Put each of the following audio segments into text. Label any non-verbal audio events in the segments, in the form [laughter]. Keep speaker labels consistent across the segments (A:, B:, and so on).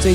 A: 最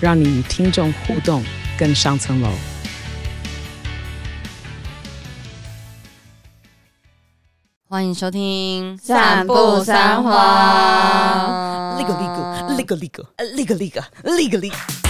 A: 让你与听众互动更上层楼。
B: 欢迎收听《
C: 散步三花
B: 花
D: legal legal legal legal legal legal legal legal。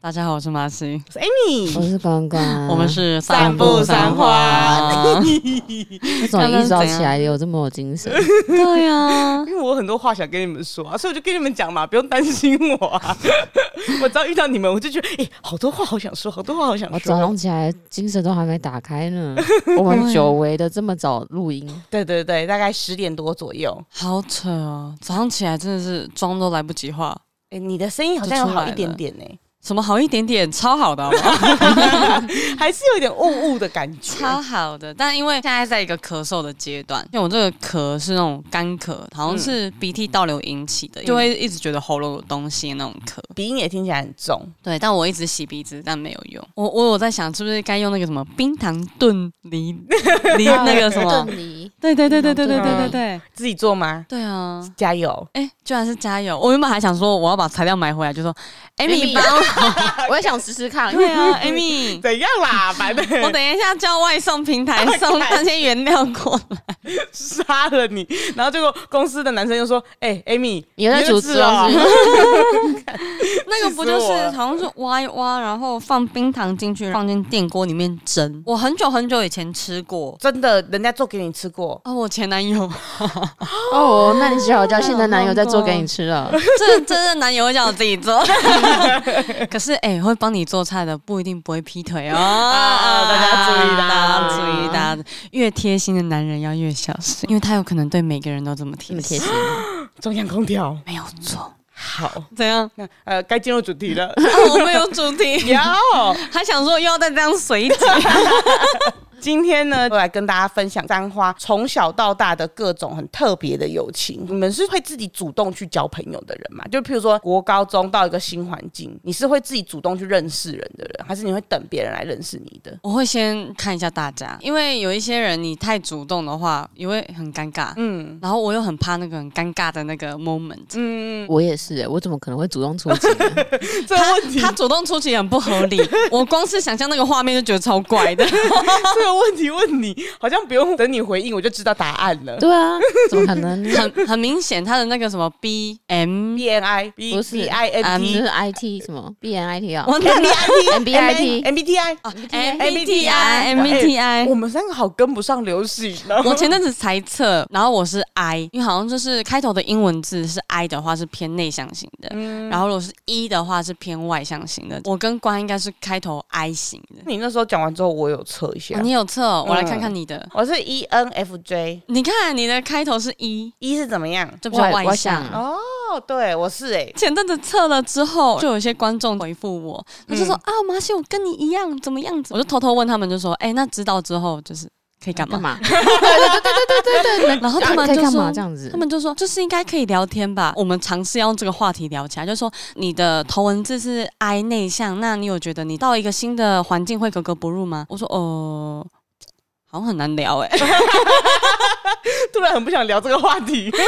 B: 大家好，我是马西，
D: 我是 Amy，
C: 我是关关，
B: 我们是
D: 散步三花。
B: [laughs]
C: 为什么一早起来有这么有精神？
B: 对啊呀、
D: 因为我有很多话想跟你们说啊，所以我就跟你们讲嘛，不用担心我啊。 [laughs] 我只要遇到你们，我就觉得哎、好多话好想说，好多话好想
C: 我
D: 说。
C: 早上起来精神都还没打开呢。我们久违的这么早录音，
D: 对对对，大概十点多左右。
B: 好扯哦！早上起来真的是妆都来不及化，
D: 哎、你的声音好像有好一点点呢、
B: 什么好一点点，超好的好不好
D: [laughs] 还是有一点雾雾的感觉。
B: [laughs] 超好的。但因为现在在一个咳嗽的阶段，嗯因为我这个咳是那种干咳，好像是鼻涕倒流引起的，就会一直觉得喉咙有东西那种咳。
D: 鼻音也听起来很重，
B: 对，但我一直洗鼻子，但没有用。我我有在想，是不是该用那个什么冰糖炖梨 [laughs] 梨那个什么？
C: 离
B: 对对对对对对
C: 冰糖
B: 对对
C: 炖梨
B: 对
D: 自己做吗？
B: 对啊！
D: 加油！
B: 哎、居然是加油！我原本还想说我要把材料买回来，就说 Amy
C: Amy
B: 帮我。
C: 我也想试试看。
B: [laughs] 对啊，Amy，
D: [laughs] 怎样啦？反正
B: [laughs] 我等一下叫外送平 [laughs] 台送那些原料过来。
D: 杀了你， [laughs] 然后结果公司的男生就说：“哎、a m y
C: 你又在主持
D: 啊
C: 哦？”是不
B: 那个不就是
D: 气死我了
B: 好像是挖一挖，然后放冰糖进去，放进电锅里面蒸。我很久很久以前吃过。
D: [laughs] 真的，人家做给你吃过，
B: 哦，我前男友，
C: 是哦，那你只好叫现在男友再做给你吃了。
B: [laughs] 这真的男友会叫我自己做， [laughs] 可是哎、会帮你做菜的不一定不会劈腿哦。
D: [laughs] 啊大家注意啦
B: 大家注意，大家越贴心的男人要越小心，因为他有可能对每个人都这么
C: 这
B: 贴
C: 么贴
B: 心。
C: 心，
D: 中央空调。
B: 没有错，
D: 好，
B: 怎样？ [laughs]
D: 那呃，该进入主题了。
B: 啊、
D: [laughs]
B: 我们有主题，
D: 有，
B: 还想说又要再这样随机。 [laughs]
D: 今天呢，我来跟大家分享三花从小到大的各种很特别的友情。你们是会自己主动去交朋友的人吗？就譬如说国高中到一个新环境，你是会自己主动去认识人的人，还是你会等别人来认识你的？
B: 我会先看一下大家，因为有一些人你太主动的话，也会很尴尬。
D: 嗯
B: 然后我又很怕那个很尴尬的那个 moment，
D: 嗯，
C: 我也是，我怎么可能会主动出击呢？
D: 这个问题，
B: 他主动出击很不合理，我光是想象那个画面就觉得超怪的。
D: 这个问题问你，好像不用等你回应，我就知道答案了。
C: 对啊，怎么可能？
B: 很 [laughs] 很明显，他的那个什么 B M，
D: B E N I B
C: 不是
D: B I
C: 啊，
D: N
C: 你
D: T
C: 是 IT 什么 BNIT 啊？
B: 我哪里
C: MBIT
D: M B T I。
B: 哦
D: 哎
B: M B T I M B T I
D: 我。们三个好跟不上流行哦。
B: 我前阵子猜测，然后我是 I，因为好像就是开头的英文字是 I 的话是偏内向型的，然后如果是 E 的话是偏外向型的。我跟关应该是开头 I 型的。
D: 你那时候讲完之后，我有测一下
B: 哦，你有测哦、我来看看你的。
D: 我是 E N F J，
B: 你看你的开头是 E，
D: E 是怎么样？
B: 这不叫
C: 我
B: 外
C: 我
B: 向
C: 想。
D: 哦，对，我是
B: [laughs]
D: 哎、
B: 前阵子测了之后，就有一些观众回复我，他就说、
D: 嗯
B: 啊，马西，我跟你一样，怎么样子？我就偷偷问他们，就说，哎、那知道之后就是可以干嘛？
C: 干嘛？对对对对对对对，
B: 然后他们
C: 可以
B: 就
C: 干
B: 说
C: 嘛这样子
B: 他？们就说，就是应该可以聊天吧。我们尝试要用这个话题聊起来，就说你的头文字是 I 内向，那你有觉得你到一个新的环境会格格不入吗？我说，哦、好像很难聊哎、突
D: 突然很不想聊这个话题。
B: 然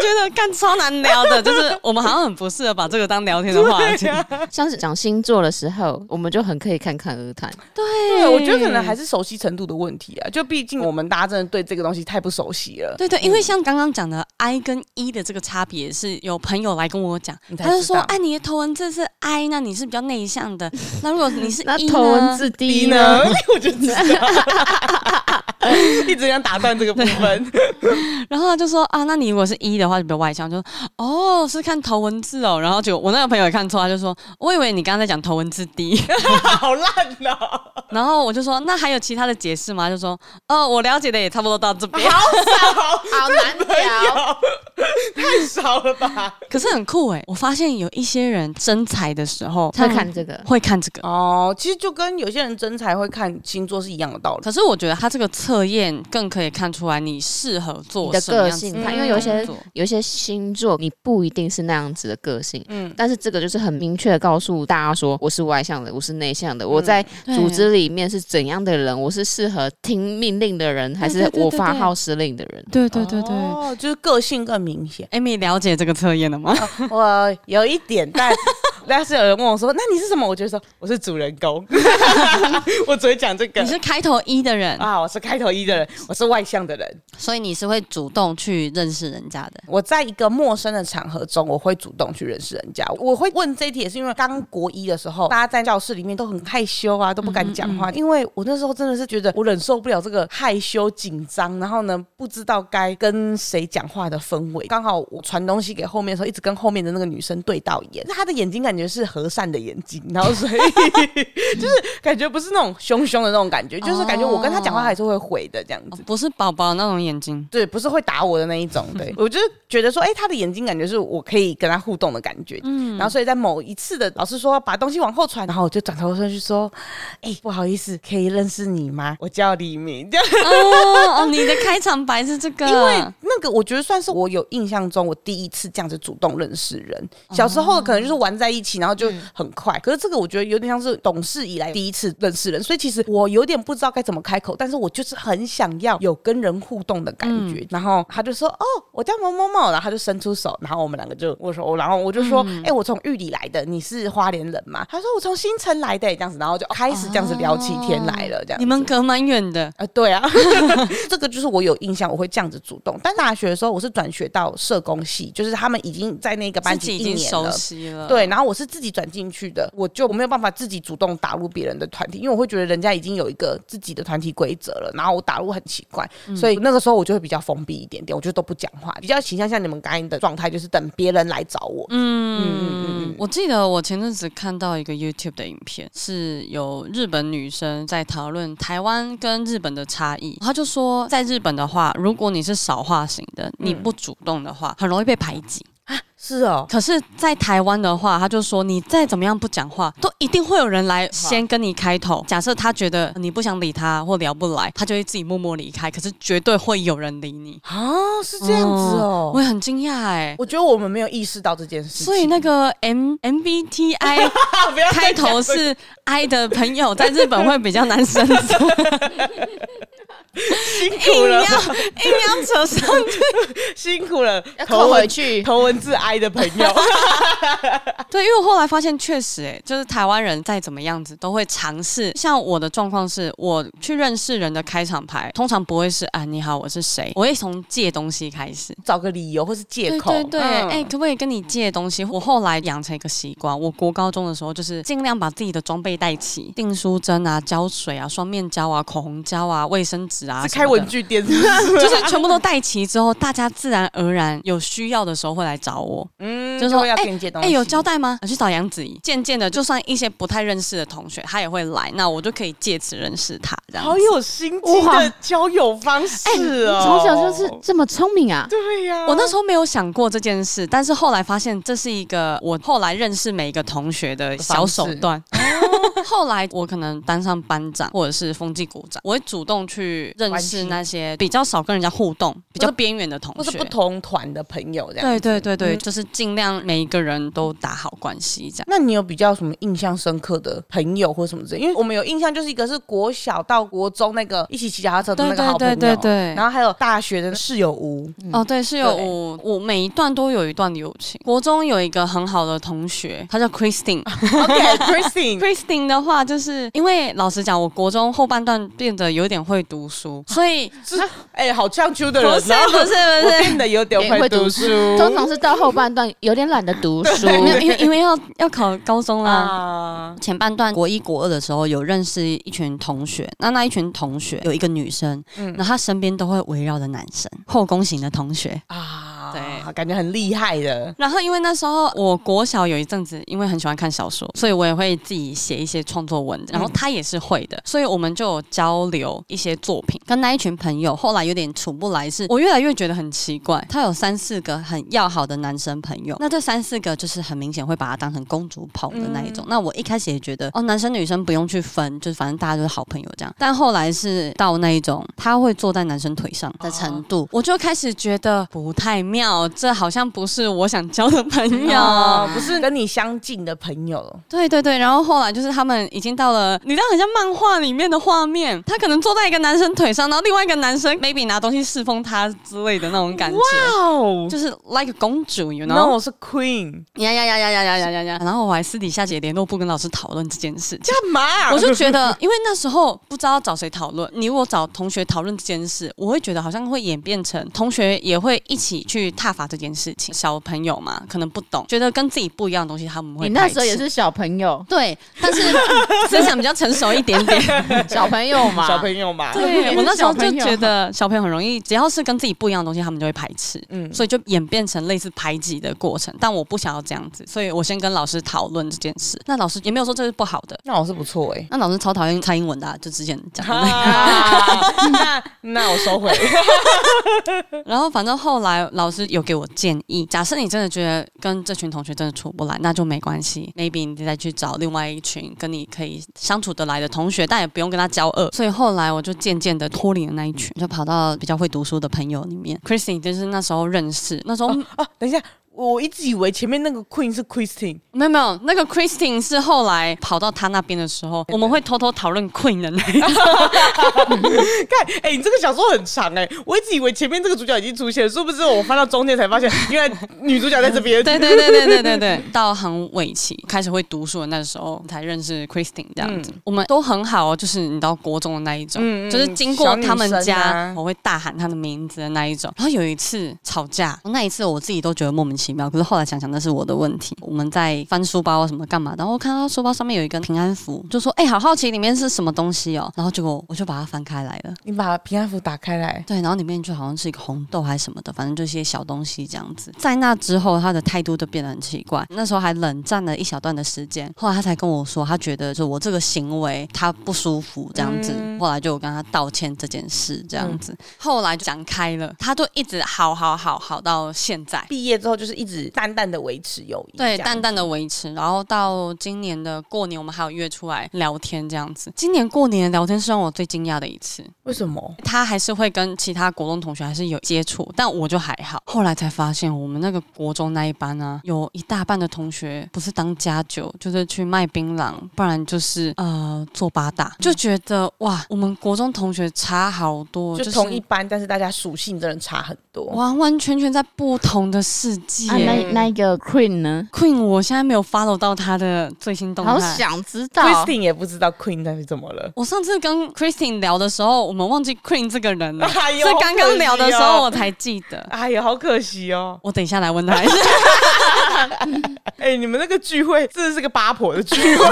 B: 觉得干超难聊的，就是我们好像很不适合把这个当聊天的话题。
C: 像是讲星座的时候，我们就很可以侃侃而谈。
B: 对
D: 对，我觉得可能还是熟悉程度的问题啊，就毕竟我们大家真的对这个东西太不熟悉了。
B: 对对，因为像刚刚讲的 I 跟 E 的这个差别，是有朋友来跟我讲，
D: 你才
B: 他就
D: 知
B: 说，
D: 道
B: 哎，你的头文字是 I，那你是比较内向的，那如果你是 E
C: 那头文
B: 呢
C: 字
D: B
C: D
D: 呢 [laughs]
C: 呢？？
D: 我就知道。一直想打断这个部分。
B: 然后他就说啊，那你如果是一的话，就比较外向。就说哦，是看头文字哦。然后就我那个朋友也看错，他就说我以为你刚刚在讲头文字 D。
D: 好烂哦呐、
B: 然后我就说那还有其他的解释吗？他就说哦，我了解的也差不多到这边。
C: 好难聊。
D: 太少了吧？
B: 可是很酷欸诶，我发现有一些人征才的时候，
C: 他看这个，
B: 会看这个。
D: 哦，其实就跟有些人真才会看星座是一样的道理。
B: 可是我觉得他这个测验更可以看出来你适合
C: 你
B: 做
C: 的
B: 什么
C: 个
B: 样子
C: 性，
B: 的
C: 他因为有一些
B: 工作
C: 有一些星座，你不一定是那样子的个性，
D: 嗯，
C: 但是这个就是很明确的告诉大家说，我是外向的，我是内
D: 嗯
C: 向的，我在组织里面是怎样的人，我是适合听命令的人，还是
B: 对对
C: 我
B: 对
C: 发
B: 对
C: 号施令的人？
B: 对对对对。。
D: 哦，就是个性更明显
B: Amy 了解这个测验了吗？
D: [laughs]
C: 哦
D: 我有一点， [laughs] 但但是有人问我说：“那你是什么？”我就说：“我是主人公。” [laughs] 我只会讲这个
B: 你。是开头一的人，
D: 啊，我是开头一的人，我是外向的人。
B: 所以你是会主动去认识人家的。
D: 我在一个陌生的场合中，我会主动去认识人家。我会问这一题，也是因为刚国一的时候，大家在教室里面都很害羞啊，都不敢讲话。因为我那时候真的是觉得我忍受不了这个害羞、紧张，然后呢，不知道该跟谁讲话的氛围。刚好我传东西给后面的时候，一直跟后面的那个女生对到眼，她的眼睛感觉是和善的眼睛，然后所以 [laughs] 就是感觉不是那种凶凶的那种感觉，就是感觉我跟她讲话还是会回的这样
C: 嗯
B: 哦
D: 子。
B: 不是宝宝那种眼
C: [laughs]
B: 睛，
D: 对，不是会打我的那一种。对我就是觉得说，哎、他的眼睛感觉是我可以跟他互动的感觉。嗯，然后所以在某一次的老师说把东西往后传，然后我就转头上去说，哎、不好意思，可以认识你吗？我叫李明。这样
B: 哦哦，你的开场白是这个，啊
D: 因为那个我觉得算是我有印象中我第一次这样子主动认识人。
B: 哦
D: 小时候可能就是玩在一起，然后就很快。
B: 嗯
D: 可是这个我觉得有点像是懂事以来第一次认识人，所以其实我有点不知道该怎么开口，但是我就是很想要有跟人互动的感
B: 嗯
D: 觉。然后他就说：“哦，我叫某某某。”然后他就伸出手，然后我们两个就我说，然后我就说：“
B: 嗯
D: 哎、我从玉里来的，你是花莲人吗？”他说：“我从新城来的。”这样子，然后就开始这样子聊起天来了。这样子
B: 你们隔蛮远的，
D: 啊，对啊， [laughs] 这个就是我有印象，我会这样子主动。但大学的时候，我是转学到社工系，就是他们已经在那个班
B: 自己
D: 级
B: 已
D: 一
B: 经
D: 年
B: 熟
D: 了。
B: 悉了。
D: 对，然后我是自己转进去的，我就没有办法自己主动打入别人的团体，因为我会觉得人家已经有一个自己的团体规则了，然后我打入很奇怪，
B: 嗯
D: 所以那个时候我就会比较封闭一点点，我就都不讲话，比较倾向像你们刚才的状态，就是等别人来找我。
B: 嗯，我记得我前阵子看到一个 YouTube 的影片，是有日本女生在讨论台湾跟日本的差异。她就说，在日本的话，如果你是少话型的，
D: 嗯
B: 你不主动的话，很容易被排挤。
D: 是哦，
B: 可是，在台湾的话，她就说，你再怎么样不讲话，都一定会有人来先跟你开头。假设她觉得你不想理她或聊不来，她就会自己默默离开。可是，绝对会有人理你。
D: 啊，是这样子哦。
B: 我也很惊讶哎。
D: 我觉得我们没有意识到这件事情，
B: 所以那个 M MBTI
D: [laughs] 啊不要
B: [laughs]
D: 再
B: 开头
D: 讲这个
B: 是 I 的朋友，在日本会比较难生 [laughs] 存，
D: 辛苦
B: 硬哎要
D: 了
B: 硬。要扯上 [laughs] 去。
D: 辛苦了，
C: 要
D: 头
C: 扣回
D: 文
C: 去，
D: 头文字 I 的朋友，
B: 对，因为我后来发现，确实、欸，就是台湾人再怎么样子都会尝试。像我的状况是，我去认识人的开场牌，通常不会是啊你好，我是谁，我会从借东西开始。
D: [laughs] 找个理由或是借
B: 对
D: 口。
B: 对对，哎、
D: 嗯
B: 可不可以跟你借东西？我后来养成一个习惯，我国高中的时候就是尽量把自己的装备带齐，订书针啊、胶水啊、双面胶啊、口红胶啊、卫生纸啊，
D: 是开文具店是不
B: 就
D: 是，
B: 是全部都带齐之后，大家自然而然有需要的时候会来找我。
D: [laughs] 嗯
B: 就是说
D: 会要
B: 哎
D: 跟你借东
B: 哎、
D: 西。
B: 有交代吗？我去找杨子怡。渐渐的，就算一些不太认识的同学，他也会来，那我就可以借此认识他。这样
D: 好
B: 子，
D: 有心机
C: 哇
D: 的交友方式哦，
C: 哎从小就是这么聪明啊！
D: 对呀。
B: 我那时候没有想过这件事，但是后来发现这是一个我后来认识每一个同学的小手段。 [laughs] 后来我可能当上班长或者是风纪股长，我会主动去认
D: 关
B: 识
D: 心
B: 那些比较少跟人家互动、比较边缘的同
D: 或
B: 学，
D: 是不同团的朋友这样。
B: 对对对对，
D: 嗯
B: 就是尽量每一个人都打好关系，这样。
D: 那你有比较什么印象深刻的朋友或什么之类？因为我们有印象就是一个是国小到国中那个一起骑脚踏车的那个好朋友，
B: 对对对对对
D: 然后还有大学的室友 [laughs] 屋，
B: 哦，对，是有我我每一段都有一段 [laughs] 友情。国中有一个很好的同学，她叫 Christine，Christine
D: OK，Christine，
B: 的话，就是因为老实讲，我国中后半段变得有点会读书，所 [laughs] 以
D: 是哎、好像秋的
B: 不
D: 人，
B: 是
D: 然后
B: 不是不
D: 我
B: 是，
D: 变得有点
C: 会
D: 会
C: 读
D: 读书，
C: 通常是到后半段有点懒得读 [laughs] 书，
B: 没有，因为因为要要考高中啦。
D: 啊，
B: 前半段国一国二的时候，有认识一群同学，那那一群同学有一个女生，
D: 嗯
B: 然后她身边都会围绕着男生，后宫型的同学。
D: 啊，
B: 对，
D: 感觉很厉害的。
B: 然后因为那时候我国小有一阵子，因为很喜欢看小说，所以我也会自己写一些创作文，然后他也是会的，所以我们就有交流一些作品。跟那一群朋友后来有点处不来是，我越来越觉得很奇怪，他有三四个很要好的男生朋友，那这三四个就是很明显会把他当成公主捧的那一种。那我一开始也觉得哦，男生女生不用去分，就是反正大家都是好朋友这样。但后来是到那一种他会坐在男生腿上的程度，我就开始觉得不太妙，这好像不是我想交的朋友。
D: 啊，不是跟你相近的朋友，
B: 对对对，然后后来就是他们已经到了，你知道很像漫画里面的画面，他可能坐在一个男生腿上，然后另外一个男生 maybe 拿东西侍奉他之类的那种感觉。
D: 哦，
B: 就是 like a 公主，you
D: 然后
B: know，
D: 我是 Queen，
B: 呀呀呀呀呀呀呀呀呀！然后我还私底下也联络部跟老师讨论这啊件事情。
D: 干嘛？
B: 我就觉得，因为那时候不知道找谁讨论，你如果找同学讨论这件事，我会觉得好像会演变成同学也会一起去踏伐这件事情。小朋友嘛，可能不懂，觉得跟自己不一样的东西，他们会。，
C: 你那时候也。是小朋友
D: [laughs]
B: 对，但是 [laughs] 思想比较成熟一点
C: [laughs]
B: 点。
C: 小朋友嘛，
D: [laughs] 小朋友嘛，
B: 对我那时候就
C: 小朋友
B: 觉得小朋友很容易，只要是跟自己不一样的东西，他们就会排斥。
D: 嗯，
B: 所以就演变成类似排挤的过程，但我不想要这样子，所以我先跟老师讨论这件事。那老师也没有说这是不好的，
D: 那我是不错 [laughs] 哎、
B: 那老师超讨厌蔡英文的啊、就之前讲的那个。
D: 啊那那我收回， [laughs]
B: 然后反正后来老师有给我建议，假设你真的觉得跟这群同学真的处不来，那就没关系，maybe 你再去找另外一群跟你可以相处得来的同学，但也不用跟他交恶。所以后来我就渐渐的脱离了那一群，就跑到比较会读书的朋友里面。Christine 就是那时候认识，那时候、
D: 哦，等一下，我一直以为前面那个 Queen 是 Christine，
B: 没有没有，那个 Christine 是后来跑到他那边的时候，我们会偷偷讨论 Queen
D: [laughs]
B: 的那一种
D: 看，哎、你这个小说很长哎、我一直以为前面这个主角已经出现了，殊不知我翻到中间才发现，原来女主角在这边。
B: 对对对对对对对，到很尾期开始会读书的那时候，才认识 Christine 这样子。我们都很好哦，就是你到国中的那一种，
D: 嗯嗯
B: 就是经过他们
D: 小女生
B: 家，
D: 啊
B: 我会大喊他的名字的那一种。然后有一次吵架，那一次我自己都觉得莫名其妙，可是后来想想那是我的问题。我们在翻书包啊什么干嘛，然后我看到书包上面有一个平安符，就说：“哎、好好奇里面是什么东西哦。”然后结果我就把它翻开来了。
D: 你把平安符打开来，
B: 对，然后里面就好像是一个红豆还是什么的，反正就一些小东西这样子。在那之后，他的态度就变得很奇怪。那时候还冷战了一小段的时间，后来他才跟我说，他觉得就我这个行为他不舒服这样子。
D: 嗯
B: 后来就有跟他道歉这件事这样子，后来就讲开了，他就一直好好好好到现在。
D: 毕业之后就是一直淡淡的维持友谊，
B: 对，
D: 这样
B: 淡淡的维持，然后到今年的过年，我们还有约出来聊天这样子。今年过年的聊天是让我最惊讶的一次，
D: 为什么？
B: 他还是会跟其他国中同学还是有接触，但我就还好。后来才发现，我们那个国中那一班啊，有一大半的同学不是当家酒，就是去卖槟榔，不然就是呃做八
D: 嗯
B: 大，就觉得哇，我们国中同学差好多，
D: 就同一。班，但是大家属性真的差很多。
B: 完完全全在不同的世界。
C: 啊，那那一个 Queen 呢？
B: Queen，我现在没有 follow 到他的最新动态。
C: 好想知道
D: Christine 也不知道 Queen 到底怎么了。
B: 我上次跟 Christine 聊的时候，我们忘记 Queen 这个人了，
D: [laughs] [laughs] 哎呦
B: 是刚刚聊的时候
D: 好
B: 我
D: 可惜哦
B: 才记得。
D: 哎呀，好可惜哦！
B: 我等一下来问他一下。
D: 哎、你们那个聚会真的是个八婆的聚 [laughs] 会，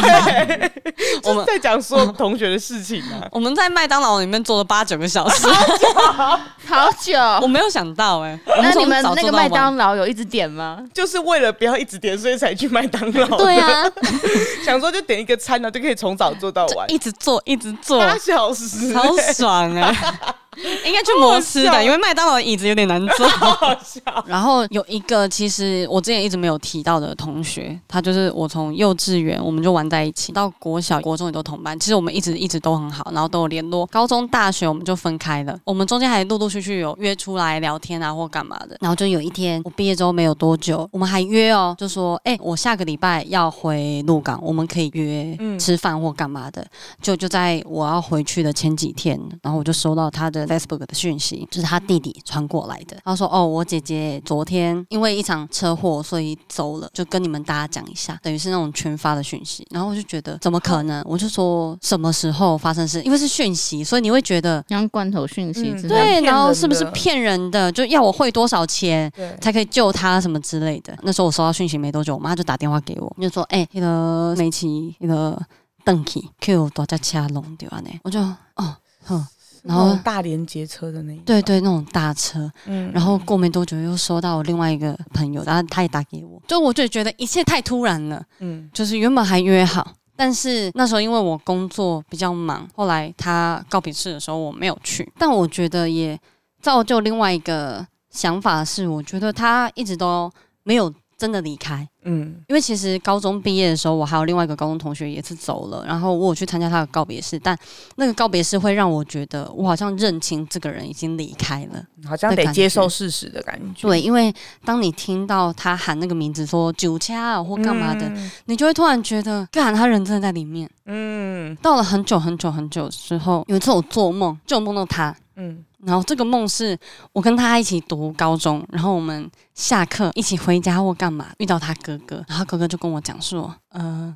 B: 我
D: 我
B: 们
D: 们在讲所有同学的事情啊。
B: 我们在麦当劳里面坐了八九个小
C: [laughs]
B: 时，
C: 好久。
B: 我没有想到哎、我
C: 那
B: 从
C: 你们
B: 早
C: 那
B: 坐
C: 个
B: 到
C: 麦
B: 晚
C: 当劳有一直点
B: [laughs]
C: 吗？
D: [laughs] 就是为了不要一直点，所以才去麦当劳。
C: 对，啊，
D: [laughs] 想说就点一个餐呢，就可以从早做到晚
B: 就，一直坐一直
C: [laughs]
B: 坐，
D: 八小时，
B: 超爽哎、应该去摩斯
D: 好好
B: 的，
D: 笑
B: 因为麦当劳的椅子有点难坐。
D: 好笑。
B: 然后有一个其实我之前一直没有提到的同学，他就是我从幼稚园我们就玩在一起，到国小、国中也都同班。其实我们一直一直都很好，然后都有联络。高中、大学我们就分开了，我们中间还陆陆续续有约出来聊天啊或干嘛的。然后就有一天我毕业之后没有多久，我们还约哦，就说哎、我下个礼拜要回鹿港，我们可以约
D: 嗯
B: 吃饭或干嘛的。就就在我要回去的前几天，然后我就收到他的 Facebook 的讯息，就是他弟弟传过来的。他说：“哦，我姐姐昨天因为一场车祸，所以走了，就跟你们大家讲一下。”等于是那种群发的讯息。然后我就觉得怎么可能？我就说什么时候发生事？因为是讯息，所以你会觉得
C: 像罐头讯息之类
D: 嗯
C: 的。
B: 对，
D: 骗
B: 然后
D: 人
B: 是不是
D: 的
B: 骗人的？就要我汇多少钱？
D: 对，
B: 才可以救他什么之类的。那时候我收到讯息没多久，我妈就打电话给我，就说：“哎、那个美琪，那个邓启，Q 大家掐弄掉啊呢。”我就哦，哼，然
D: 那
B: 后
D: 种大连接车的那一
B: 对啊
D: 种，
B: 对，那种大车。
D: 嗯
B: 然后过没多久又收到我另外一个朋友，然后他也打给我，就我就觉得一切太突然了。
D: 嗯，
B: 就是原本还约好，但是那时候因为我工作比较忙，后来他告别式的时候我没有去，但我觉得也造就另外一个想法是，我觉得他一直都没有真的离开。
D: 嗯
B: 因为其实高中毕业的时候，我还有另外一个高中同学也是走了，然后我有去参加他的告别式，但那个告别式会让我觉得我好像认清这个人已经离开了。
D: 好像
B: 的
D: 得
B: 感
D: 接受
B: 觉
D: 事实的感觉，
B: 对，因为当你听到他喊那个名字说“九掐”啊或干嘛的，
D: 嗯
B: 你就会突然觉得，干他人真的在里面。
D: 嗯
B: 到了很久很久很久之后，有一次我做梦，就有梦到他。
D: 嗯
B: 然后这个梦是我跟他一起读高中，然后我们下课一起回家或干嘛，遇到他哥哥，然后他哥哥就跟我讲说，呃，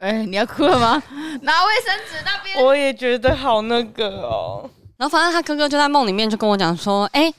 C: 哎、你要哭了吗？ [laughs] 拿卫生
B: [laughs]
C: 纸那边。
D: 我也觉得好那个哦，
B: 然后反正他哥哥就在梦里面就跟我讲说，哎，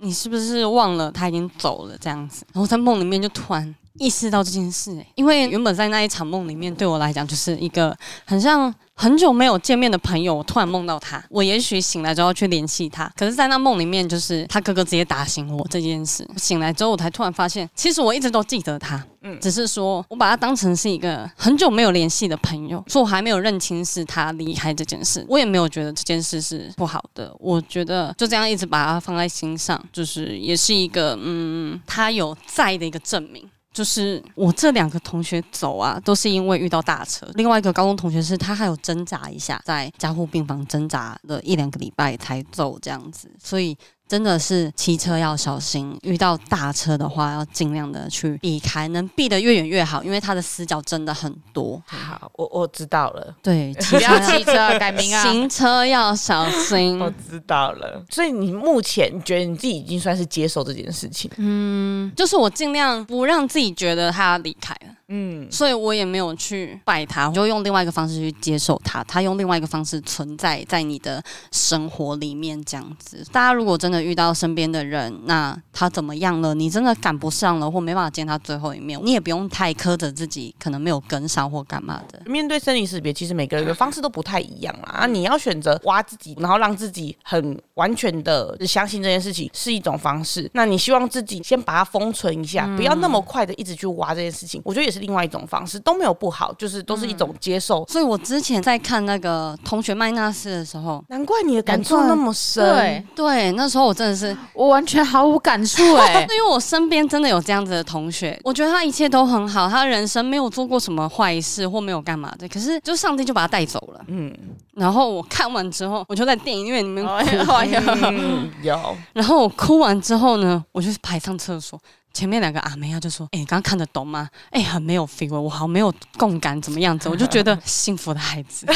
B: 你是不是忘了他已经走了这样子？然后在梦里面就突然意识到这件事、哎因为原本在那一场梦里面对我来讲就是一个很像很久没有见面的朋友，我突然梦到他，我也许醒来之后去联系他，可是，在那梦里面就是他哥哥直接打醒我这件事。醒来之后，我才突然发现，其实我一直都记得他，
D: 嗯
B: 只是说我把他当成是一个很久没有联系的朋友，所以我还没有认清是他离开这件事，我也没有觉得这件事是不好的。我觉得就这样一直把它放在心上，就是也是一个嗯，他有在的一个证明。就是我这两个同学走啊，都是因为遇到大车。另外一个高中同学是他还有挣扎一下，在加护病房挣扎了一两个礼拜才走这样子，所以。真的是骑车要小心，遇到大车的话要尽量的去避开，能避得越远越好，因为它的死角真的很多。
D: 好，我我知道了。
B: 对，骑
C: 不
B: 车
C: 要骑车，改名啊！
B: 行车要小
D: [laughs]
B: 心
D: 我。知道了，所以你目前你觉得你自己已经算是接受这件事情，
B: 嗯，就是我尽量不让自己觉得他离开了，
D: 嗯，
B: 所以我也没有去拜他，我就用另外一个方式去接受他，他用另外一个方式存在在你的生活里面，这样子。大家如果真的遇到身边的人，那他怎么样了，你真的赶不上了，或没办法见他最后一面，你也不用太苛责自己，可能没有跟上或干嘛的。
D: 面对生理识别，其实每个人的方式都不太一样啦。啊，你要选择挖自己，然后让自己很完全的相信这件事情是一种方式。那你希望自己先把它封存一下，不要那么快的一直去挖这件事情，我觉得也是另外一种方式，都没有不好，就是都是一种接受。
B: 所以我之前在看那个《同学麦纳斯》的时候，
D: 难怪你的感触
C: 难怪
D: 那么深，
C: 对，
B: 对，那时候我真的是
C: 我完全毫无感触哎、
B: 哦 [laughs] 因为我身边真的有这样子的同学，我觉得他一切都很好，他人生没有做过什么坏事或没有干嘛的，可是就上帝就把他带走了。
D: 嗯，
B: 然后我看完之后，我就在电影院里面哭，
C: 哎呦，
D: 嗯，有，
B: 然后我哭完之后呢，我就排上厕所。前面两个阿妹啊就说：“哎、你刚刚看得懂吗？哎、很没有 feel，我好没有共感，怎么样子？”我就觉得幸福的孩子，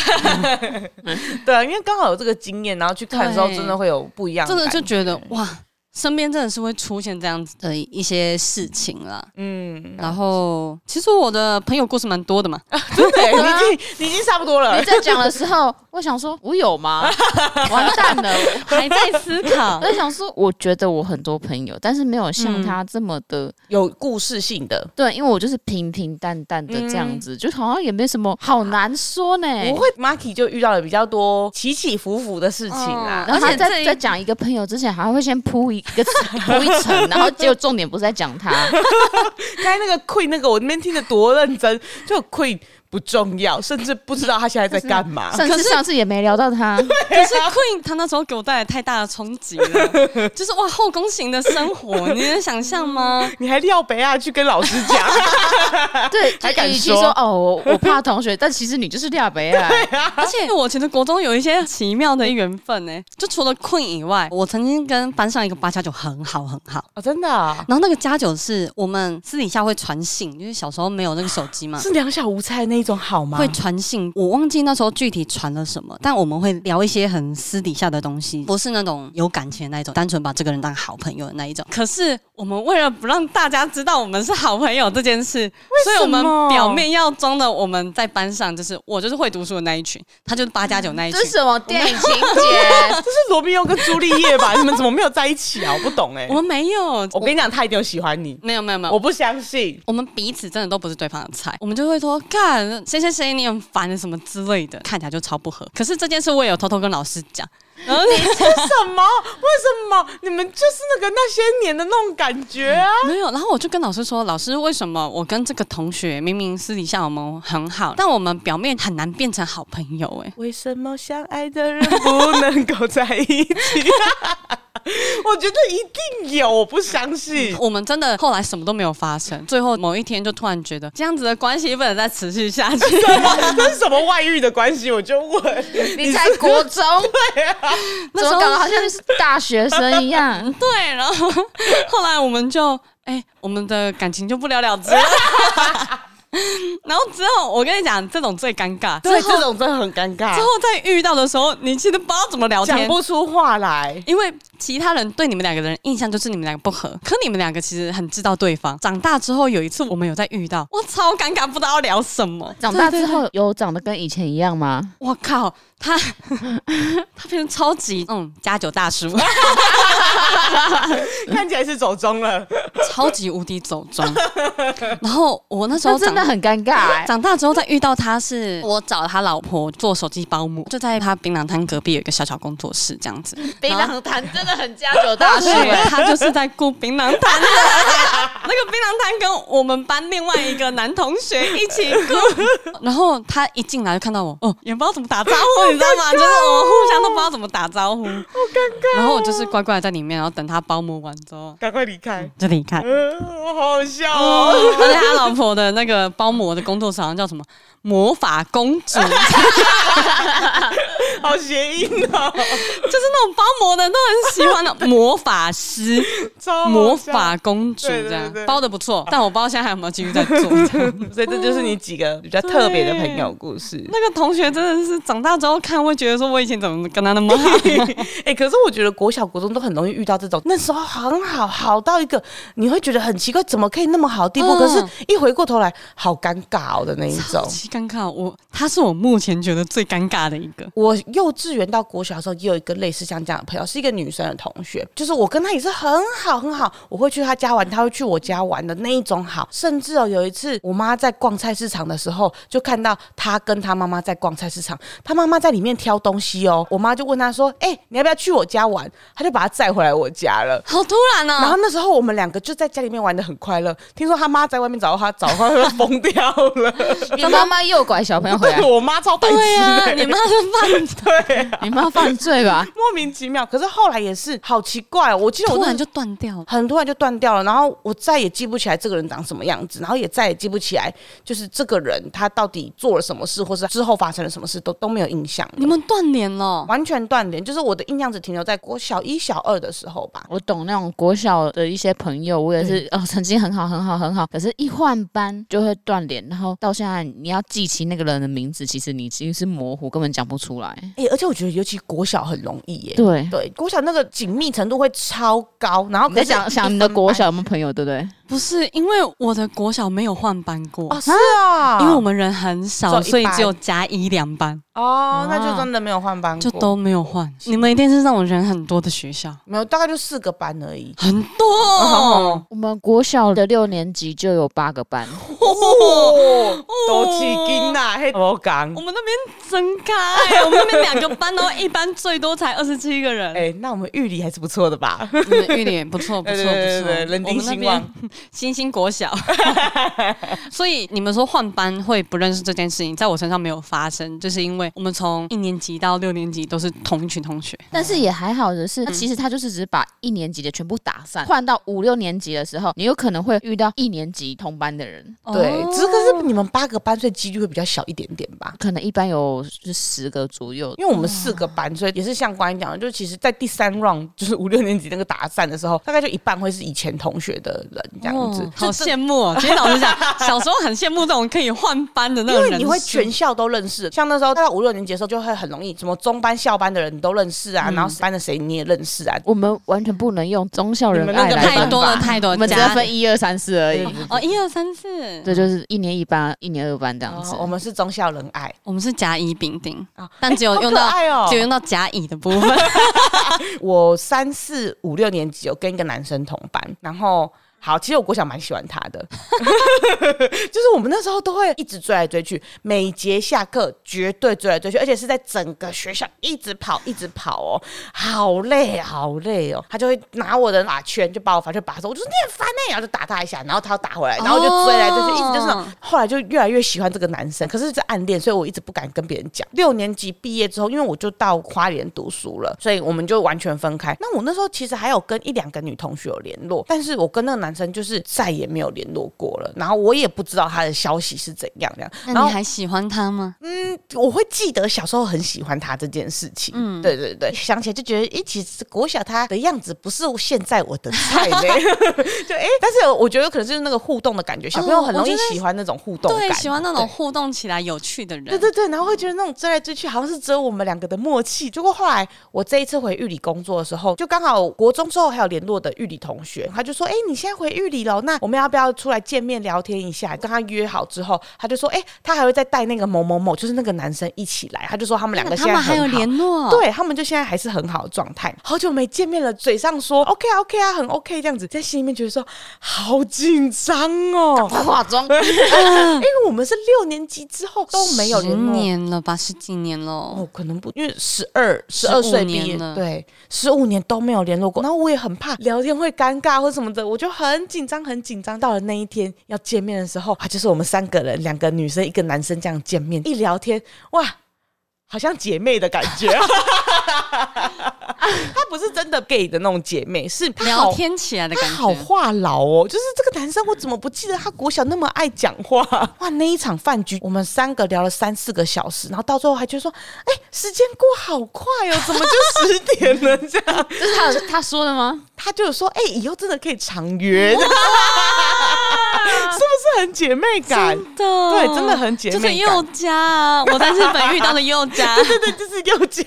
D: 对啊，因为刚好有这个经验，然后去看的时候，
B: 对
D: 真的会有不一样
B: 真的
D: 感
B: 就觉得哇，身边真的是会出现这样子的一些事情啦。
D: 嗯， [laughs]
B: 然后，其实我的朋友故事蛮多的嘛，
D: 对，你已经你已经差不多了
C: 你，在讲的时候，我想说，我有
B: [laughs]
C: 吗？完蛋了！
B: 还在思考
C: 我。在想说，我觉得我很多朋友，但是没有像他
B: 嗯
C: 这么的、
D: 有故事性的。
C: 对，因为我就是平平淡淡的这样
B: 嗯
C: 子，就好像也没什么好难说呢。
D: 不会，Marky 就遇到了比较多起起伏伏的事情啦。
B: 哦
C: 然后
B: 而
C: 他
B: 且这
C: 在
B: 一
C: 在讲一个朋友之前，还会先铺一 [laughs] 个铺一层，然后结果重点不是在讲 [laughs] 他，
D: 刚才那个 Queen 那个，我那边听得多认真，就 Queen 不重要，甚至不知道他现在在干嘛。
C: 甚至上次也没聊到他。
B: 可是 Queen 他那时候给我带来太大的冲击了，就是哇后宫型的生活，你能想象
D: [laughs]
B: 吗？
D: 你还撂北亚去跟老师
B: [laughs]
D: 讲，
C: 对，
D: 还
C: 就
D: 敢
C: 与其
D: 说
C: 啊说哦，我我怕同学，但其实你就是廖北啊。
B: 而且我觉得国中有一些奇妙的缘分呢、就除了 Queen 以外，我曾经跟班上一个八加九很好很好。
D: 哦，真的啊、
B: 然后那个加九是我们私底下会传信，因为小时候没有那个手机嘛，
D: 是两小无猜那那一种好吗？
B: 会传信，我忘记那时候具体传了什么，但我们会聊一些很私底下的东西，不是那种有感情的那一种，单纯把这个人当好朋友的那一种。可是我们为了不让大家知道我们是好朋友这件事，所以我们表面要装的我们在班上就是我就是会读书的那一群，他就是八加九那一群
C: 这是。什么电影情节？
D: 这是罗密欧跟朱丽叶吧？你们怎么没有在一起啊？我不懂哎、
B: [laughs] 我们嗯没有，
D: 我跟你讲，他一定有喜欢你，
B: 没有没有没有，
D: 我不相信。 [laughs]
B: 我们彼此真的都不是对方的菜，我们就会说干谁谁谁你很烦什么之类的，看起来就超不合。可是这件事我也有偷偷跟老师讲，然后
D: 什么？为什么？你们就是那个那些年的那种感觉啊！
B: 没有，然后我就跟老师说，老师为什么我跟这个同学明明私底下我们很好，但我们表面很难变成好朋友、哎，
D: 为什么相爱的人不能够在一 [laughs] 起？我觉得一定有，我不相信。
B: 我们真的后来什么都没有发生，最后某一天就突然觉得这样子的关系不能再持续下去。
D: [laughs] 这是什么外遇的关系？我就问，
C: [laughs] 你啊在国中，
B: 那
C: 怎
B: 时
C: 么
B: 候
C: 搞得好像是大学 [laughs] 生一样？
B: 对，然后后来我们就哎、我们的感情就不了了之
D: [laughs]
B: 了。然后之后，我跟你讲，这种最尴尬。之
D: 对
B: 后
D: 这种真的很尴尬
B: 之后，再遇到的时候，你其实不知道怎么聊
D: 讲
B: 天。
D: 不出话来。
B: 因为其他人对你们两个人印象就是你们两个不合，可你们两个其实很知道对方。长大之后有一次我们有在遇到，我超尴尬，不知道要聊什么。
C: 长大
B: 对
C: 之，
B: 对
C: 后
B: 对
C: 有长得跟以前一样吗？
B: 我靠，他 [laughs] 他变成超级嗯加九大 [laughs] 叔，
D: 看起来是走中了，
B: 超级无敌走中。然后我那时候
C: 这
B: 长
C: 真的很尴尬哎。
B: 长大之后再遇到他是，我找他老婆做手机保姆，就在他槟榔摊隔壁有一个小小工作室这 [laughs] 样子。
C: 槟榔摊真的很加九大叔
B: 对
C: 哎，
B: 他就是在顾槟榔摊的， [laughs] 那个槟榔摊跟我们班另外一个男同学一起顾， [laughs] 然后他一进来就看到我，哦，也不知道怎么打招呼，你知道吗？就是我们互相都不知道怎么打招哦呼，好尴尬。哦然后我就是乖乖地在里面，然后等他保姆完之后
D: 赶快离开。
B: 就离开。
D: 嗯、我好好笑
B: 哦
D: 哦。
B: 而且他老婆的那个包膜的工作室好像叫什么魔法公 [laughs] 主，
D: 好谐音 [laughs] 哦，
B: 就是那种包膜的都很喜欢 [laughs] 的魔法师、
D: 超好
B: 魔
D: 笑
B: 法公主
D: 对对
B: 这样
D: 对
B: 包的不错，但我不知道现在还有没有继续在做。这样
D: 所以这就是你几个比较特别的朋友故事。
B: 那个同学真的是长大之后看会觉得说，我以前怎么跟他那么
D: [laughs]
B: 好？
D: 哎、可是我觉得国小、国中都很容易遇到这种，那时候很好，好到一个你会觉得很奇怪，怎么可以那么好的地步？
B: 嗯
D: 可是，一回过头来，好尴尬、哦、的那一
B: 超
D: 种。
B: 级尴尬，我他是我目前觉得最尴尬的一个。
D: 我幼稚园到国小的时候，也有一个类似像这样的朋友，是一个女生的同学，就是我跟她也是很好很好，我会去她家玩，她会去我家玩的那一种好。甚至哦，有一次我妈在逛菜市场的时候，就看到她跟她妈妈在逛菜市场，她妈妈在里面挑东西哦，我妈就问她说：“哎、你要不要去我家玩？”她就把她载回来我家了。
B: 好突然
D: 然后
B: 哦！
D: 那时候我们两个就在家里面玩的很快乐，听说他妈在外面找到他，找到他疯掉了。
C: 你妈妈诱拐小朋友回来 [laughs]
D: 对，， [laughs] 啊我妈超白痴
B: 对呀、
D: 的、
B: 你妈是犯
D: 对啊、
C: 你妈犯罪吧？
D: [laughs] 莫名其妙。可是后来也是好奇怪哦、我记得我
B: 突
D: 那
B: 然就断掉了。
D: 很突然就断掉了，然后我再也记不起来这个人长什么样子，然后也再也记不起来，就是这个人他到底做了什么事，或是之后发生了什么事，都都没有印象了。
B: 你们断联了，
D: 完全断联，就是我的印象只停留在国小一、小二的时候吧。
C: 我懂那种国小的一些朋友，我也是哦，成绩很好，很好，很好，可是一换班就会断联，然后到现在你要记起那个人的名字，其实你其实是模糊，根本讲不出来。
D: 哎、而且我觉得尤其国小很容易耶、
C: 对，
D: 对，国小那个紧密程度会超高，然后
C: 你
D: 可
C: 在
D: 是
C: 想
D: 一
C: 想
D: 分
C: 你的国
D: 班
C: 小有没有朋友，对不对？
B: 不是因为我的国小没有换班过，
D: 哦，是啊，
B: 因为我们人很少，
D: 只有
B: 所
D: 一
B: 以
D: 班
B: 只有加一两班，
D: 哦，那就真的没有换班
B: 就
D: 过，
B: 都没有换。你们一定是那种人很多的学校，
D: 没有，大概就四个班而已。
B: 很多哦，
C: 我们国小的六年级就有八个班，
D: 哦，都起劲呐，嘿，我讲
B: 我，们那边真开，我们那边两个班哦，一班最多才二十七个人。
D: [laughs] 哎，那我们玉里还是不错的吧？
B: 你们玉嗯林不错，不错，
D: 对
B: 不
D: 对
B: 错，
D: 对对对人丁
B: 我们那
D: 兴
B: 边
D: 旺，
B: 新兴国小。 [laughs] 所以你们说换班会不认识这件事情，在我身上没有发生，就是因为我们从一年级到六年级都是同一群同学。
C: [laughs] 但是也还好的是，那其实他就是只是把一年级的全部打散，换到五六年级的时候，你有可能会遇到一年级同班的人，
D: 对，
B: 哦
D: 只是可是你们八个班，所以几率会比较小一点点吧。
C: 可能一般有就十个左右。
D: 因为我们四个班，所以也是像关于讲的，就其实，在第三 round 就是五六年级那个打散的时候，大概就一半会是以前同学的人这这样子
B: 哦，
D: 就
B: 好
D: 这
B: 羡慕哦！其实老实
D: [laughs]
B: 讲，小时候很羡慕这种可以换班的那
D: 因
B: 种人
D: 为
B: 数，
D: 你会全校都认识，像那时候到五六年级的时候，就会很容易什么中班、校班的人你都认识
B: 嗯
D: 啊，然后班的谁你也认识啊。
C: 我们完全不能用忠孝仁
D: 你们那
C: 爱
D: 个
C: 来
B: 太
C: 分
B: 多了，
D: 吧
B: 太多
C: 我
B: 了，
C: 们只
B: 加
C: 要分一二三四而已。
B: 哦，一二三四，
C: 这就是一年一班，啊一年二班这样子。
D: 哦我们是忠孝仁爱
B: 我们是甲乙丙丁，
D: 啊，
B: 但只有
D: 好
B: 用
D: 可
B: 到
D: 爱哦
B: 只有用到甲乙的部分。
D: 我三四五六年级有跟一个男生同班，然后。好，其实我国小蛮喜欢他的， [laughs] 就是我们那时候都会一直追来追去，每节下课绝对追来追去，而且是在整个学校一直跑一直跑哦，好累好累哦。他就会拿我的发圈，就把我发圈拔走，我就说你很烦哎、然后就打他一下，然后他又打回来，然后就追来追去，一直就是那种
B: 哦
D: 后来就越来越喜欢这个男生，可是是暗恋，所以我一直不敢跟别人讲。六年级毕业之后，因为我就到花莲读书了，所以我们就完全分开。那我那时候其实还有跟一两个女同学有联络，但是我跟那个男生就是再也没有联络过了。然后我也不知道他的消息是怎样这样。然
B: 那
D: 后
B: 你还喜欢他吗？
D: 嗯我会记得小时候很喜欢他这件事情，嗯，对对对，想起来就觉得，诶，其实国小他的样子不是现在我的菜嘞，
B: [laughs]
D: 就诶，但是我觉得可能就是那个互动的感觉，小朋友很容易
B: 哦我觉得
D: 喜欢那种互动感，
B: 对，喜欢那种互动起来有趣的人。
D: 对对对，然后会觉得那种追来追去，好像是只有我们两个的默契。结果后来我这一次回玉里工作的时候，就刚好国中之后还有联络的玉里同学，他就说：“哎、你现在回玉里了，那我们要不要出来见面聊天一下？”跟他约好之后，他就说：“哎、他还会再带那个某某某，就是那个男生一起来。”他就说他们两个现
B: 他
D: 在
B: 们
D: 很
B: 还
D: 好。
B: 有联络，，
D: 对他们就现在还是很好的状态，好久没见面了，嘴上说 OK 啊 OK 啊，很 OK 这样子，在心里面觉得说好紧张
B: [laughs]
D: 哦，
C: 化妆
D: 因为我们是六年级之后都没有
B: 嗯十
D: 联络，
B: 年了吧，十几年了。
D: 哦，可能不，因为十二十二岁毕业
B: 年，了
D: 对，十五年都没有联络过。然后我也很怕聊天会尴尬或什么的，我就很紧张，很紧张。到了那一天要见面的时候，啊，就是我们三个人，两个女生，一个男生这样见面，一聊天，哇，好像姐妹的感 [laughs] 觉。她不是真的 gay 的那种姐妹，是她好
B: 聊天起来的
D: 他
B: 感
D: 好
B: 觉，
D: 话痨哦，就是这个男生，我怎么不记得他国小那么爱讲
B: [laughs]
D: 话？哇，那一场饭局，我们三个聊了三四个小时，然后到最后还觉得说，哎、时间过好快哦，怎么就十点了？这
B: [laughs]
D: 样，
C: 这是他他说的吗？
D: 他就有说，哎、以后真的可以常约，是不 [laughs] 是很姐妹感？
B: 真的，
D: 对真的很姐妹
B: 就是
D: 感
B: 佑嘉啊，我在日本遇到的佑
D: [laughs]
B: 嘉，
D: 对对，就是又加。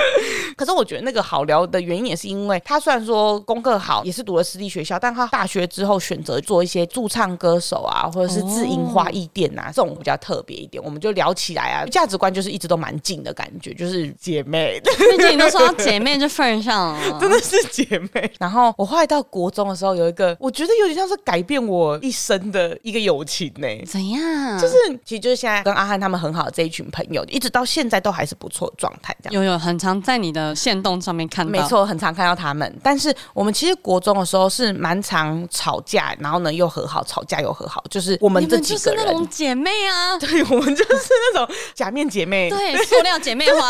D: [laughs] 可是我觉得那个好聊的原因也是因为他虽然说功课好，也是读了私立学校，但他大学之后选择做一些驻唱歌手啊，或者是自营花艺店啊、这种比较特别一点。我们就聊起来啊，价值观就是一直都蛮近的感觉，就是姐 [laughs] 妹，
B: 毕竟你都说到姐妹这份上了，
D: 哦真的是姐妹。然后我后来到国中的时候，有一个我觉得有点像是改变我一生的一个友情呢、
B: 怎样？
D: 就是其实就是现在跟阿汉他们很好的这一群朋友，一直到现在都还是不错的状态这样。
B: 有有很常在你的线动上面看到，
D: 没错，很常看到他们。但是我们其实国中的时候是蛮常吵架，然后呢又和好，吵架又和好，就是我们
B: 你
D: 这
B: 们
D: 几
B: 就是
D: 个人
B: 那，种姐妹啊，
D: 对，我们就是 [laughs] 那种假面姐妹。
B: 对，塑料姐
D: [laughs]
B: 妹花，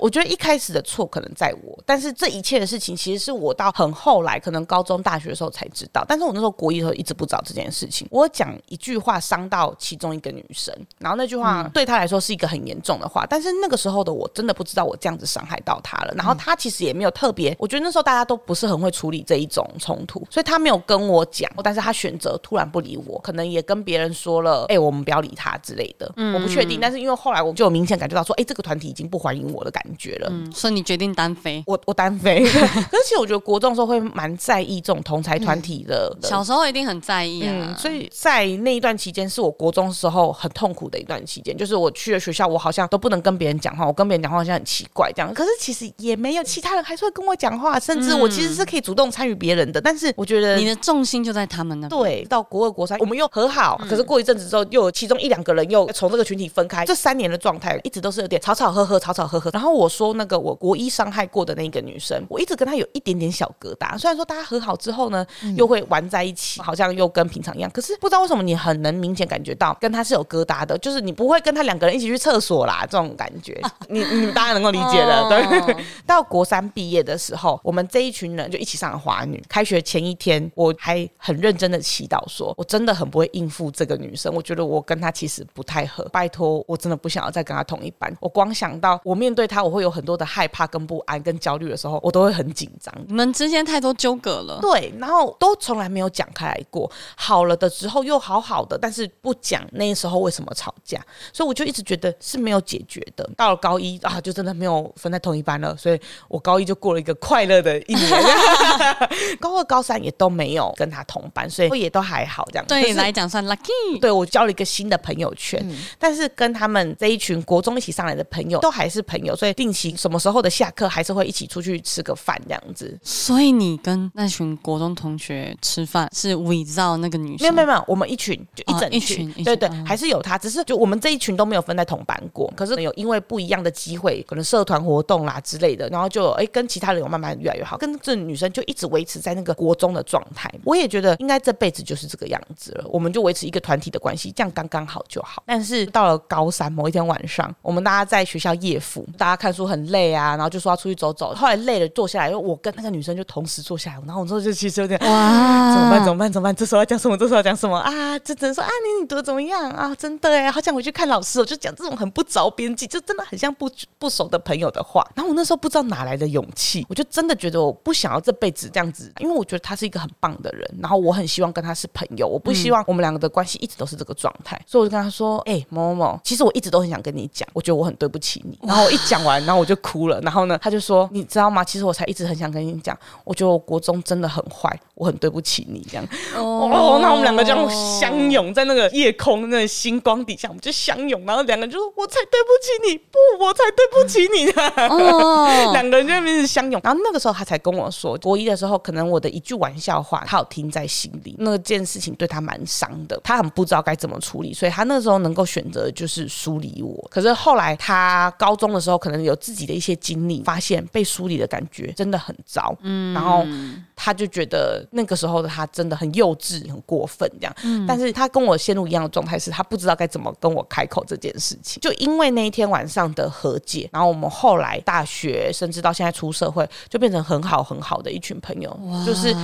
D: 我觉得一开始的错可能在我，但是这一切的事情其实是我到很后来，可能高中、大学的时候才知道。但是我那时候国一的时候一直不知道这件事情。我讲一句话伤到其中一个女生，然后那句话对她来说是一个很严重的话，但是那个时候的我真的不知道我这样子伤害到她了。然
B: 嗯
D: 后她其实也没有特别，我觉得那时候大家都不是很会处理这一种冲突，所以她没有跟我讲，但是她选择突然不理我，可能也跟别人说了，哎、我们不要理她之类的。
B: 嗯
D: 我不确定，但是因为后来我就有明显感觉到说，哎、这个团体已经不欢迎我的感觉了。
B: 嗯所以你决定单飞。
D: 我我单
B: [laughs]
D: 飞，而且我觉得国中的时候会蛮在意这种同才团体的。的
B: 嗯小时候一定很在意啊，
D: 嗯，所以在那一段期间，是我国中时候很痛苦的一段期间。就是我去了学校，我好像都不能跟别人讲话，我跟别人讲话好像很奇怪这样。可是其实也没有，其他人还是会跟我讲话，甚至我其实是可以主动参与别人的。但是我觉得
B: 嗯你的重心就在他们那边。
D: 对，到国二、国三，我们又和好，可是过一阵子之后，又有其中一两个人又从这个群体分开。这三年的状态一直都是有点吵吵呵呵、吵吵呵呵。然后我说那个我国一伤害过的那个女生，我一直跟她有一点点嗯小疙瘩。虽然说大家和好之后呢，又会玩在一起，好像又跟平常一样，可是不知道为什么么你很能明显感觉到跟他是有疙瘩的，就是你不会跟他两个人一起去厕所啦，这种感觉，你你嗯们大家能够理解的。对
B: 哦，
D: 到国三毕业的时候，我们这一群人就一起上了华女。开学前一天，我还很认真的祈祷说，我真的很不会应付这个女生，我觉得我跟她其实不太合，拜托，我真的不想要再跟她同一班。我光想到我面对她，我会有很多的害怕、跟不安、跟焦虑的时候，我都会很紧张。
B: 你们之间太多纠葛了。
D: 对，然后都从来没有讲开来过。好了的时候又好好的，但是不讲那时候为什么吵架，所以我就一直觉得是没有解决的。到了高一啊，就真的没有分在同一班了，所以我高一就过了一个快乐的一年。 [laughs] 高二、高三也都没有跟他同班，所以也都还好这样。
B: 对你
D: 可是
B: 来讲算 lucky。
D: 对我交了一个新的朋友圈，但是跟他们这一群国中一起上来的朋友都还是朋友，所以定期什么时候的下课还是会一起出去吃个饭这样子。
B: 所以你跟那群国中同学吃饭是围绕那个女
D: 没有
B: 生，
D: 没有没有，我们一群就一
B: 哦
D: 整
B: 一
D: 群，
B: 群一
D: 对
B: 群
D: 对，
B: 嗯
D: 还是有他，只是就我们这一群都没有分在同班过。可是有因为不一样的机会，可能社团活动啦之类的，然后就哎跟其他人有慢慢越来越好，跟这女生就一直维持在那个国中的状态。我也觉得应该这辈子就是这个样子了，我们就维持一个团体的关系，这样刚刚好就好。但是到了高三某一天晚上，我们大家在学校夜辅，大家看书很累啊，然后就说要出去走走。后来累了坐下来，因为我跟那个女生就同时坐下来，然后我之后就其实有点
C: 哇
D: 怎么办？怎么办？怎么办？这时候要讲什么？这时候要讲什么啊？就只能说啊，你你读的怎么样啊？真的哎，好想回去看老师哦。就讲这种很不着边际，就真的很像不不熟的朋友的话。然后我那时候不知道哪来的勇气，我就真的觉得我不想要这辈子这样子，因为我觉得他是一个很棒的人，然后我很希望跟他是朋友，我不希望我们两个的关系一直都是这个状态。 [laughs] 所以我就跟他说，哎、某某某，其实我一直都很想跟你讲，我觉得我很对不起你。然后我一讲完，然后我就哭了。然后呢，他就说，你知道吗？其实我才一直很想跟你讲，我觉得我国中真的很坏，我很对不起你这样。哦，那我们两个这样相拥在那个夜空、那个星光底下，我们就相拥，然后两个人就说：“我才对不起你，不，我才对不起你。
B: 哦，
D: 两个人就在那边一直相拥，然后那个时候他才跟我说，国一的时候，可能我的一句玩笑话，他有听在心里，那件事情对他蛮伤的，他很不知道该怎么处理，所以他那时候能够选择就是疏离我。可是后来他高中的时候，可能有自己的一些经历，发现被疏离的感觉真的很糟，嗯，然后他就觉得那个时候的他真的很幼稚、很过分这样。但是他跟我陷入一样的状态，是他不知道该怎么跟我开口这件事情。就因为那一天晚上的和解，然后我们后来大学，甚至到现在出社会，就变成很好很好的一群朋友。就是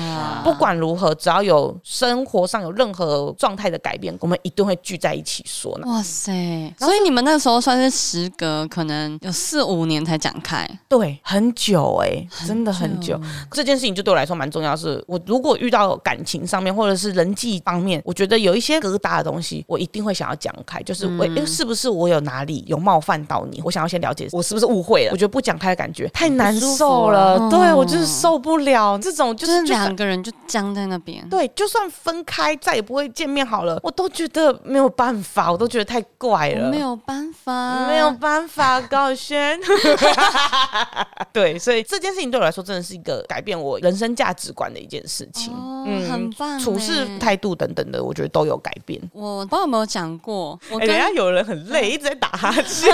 D: 不管如何，只要有生活上有任何状态的改变，我们一定会聚在一起说。
B: 哇塞！所以你们那时候算是时隔可能有四五年才讲开，
D: 对，很久哎、真的很久。这件事情就对我来说蛮重要的是，我如果遇到感情上面或者是人际方面，我觉得有一些疙瘩的东西，我一定会想要讲开，就是我、诶是不是我有哪里有冒犯到你？我想要先了解我是不是误会了。我觉得不讲开的感觉太难
C: 不舒服
D: 受了，
B: 嗯
D: 对我就是受不了这种，就
B: 就是是
D: 就算
B: 两个人就僵在那边。
D: 对，就算分开再也不会见面好了，我都觉得没有办法，我都觉得太怪了，
B: 我没有办法，
D: 没有办法，高轩。 [laughs] 对，所以这件事情对我来说真的是一个改变我人生价值观的一件事情。
B: 哦，
D: 嗯
B: 很棒。欸
D: 处事。态度等等的，我觉得都有改变。
B: 我不知道有没有讲过，我
D: 哎，
B: 跟
D: 人家有人很累，一直在打哈欠。 [laughs]
C: 十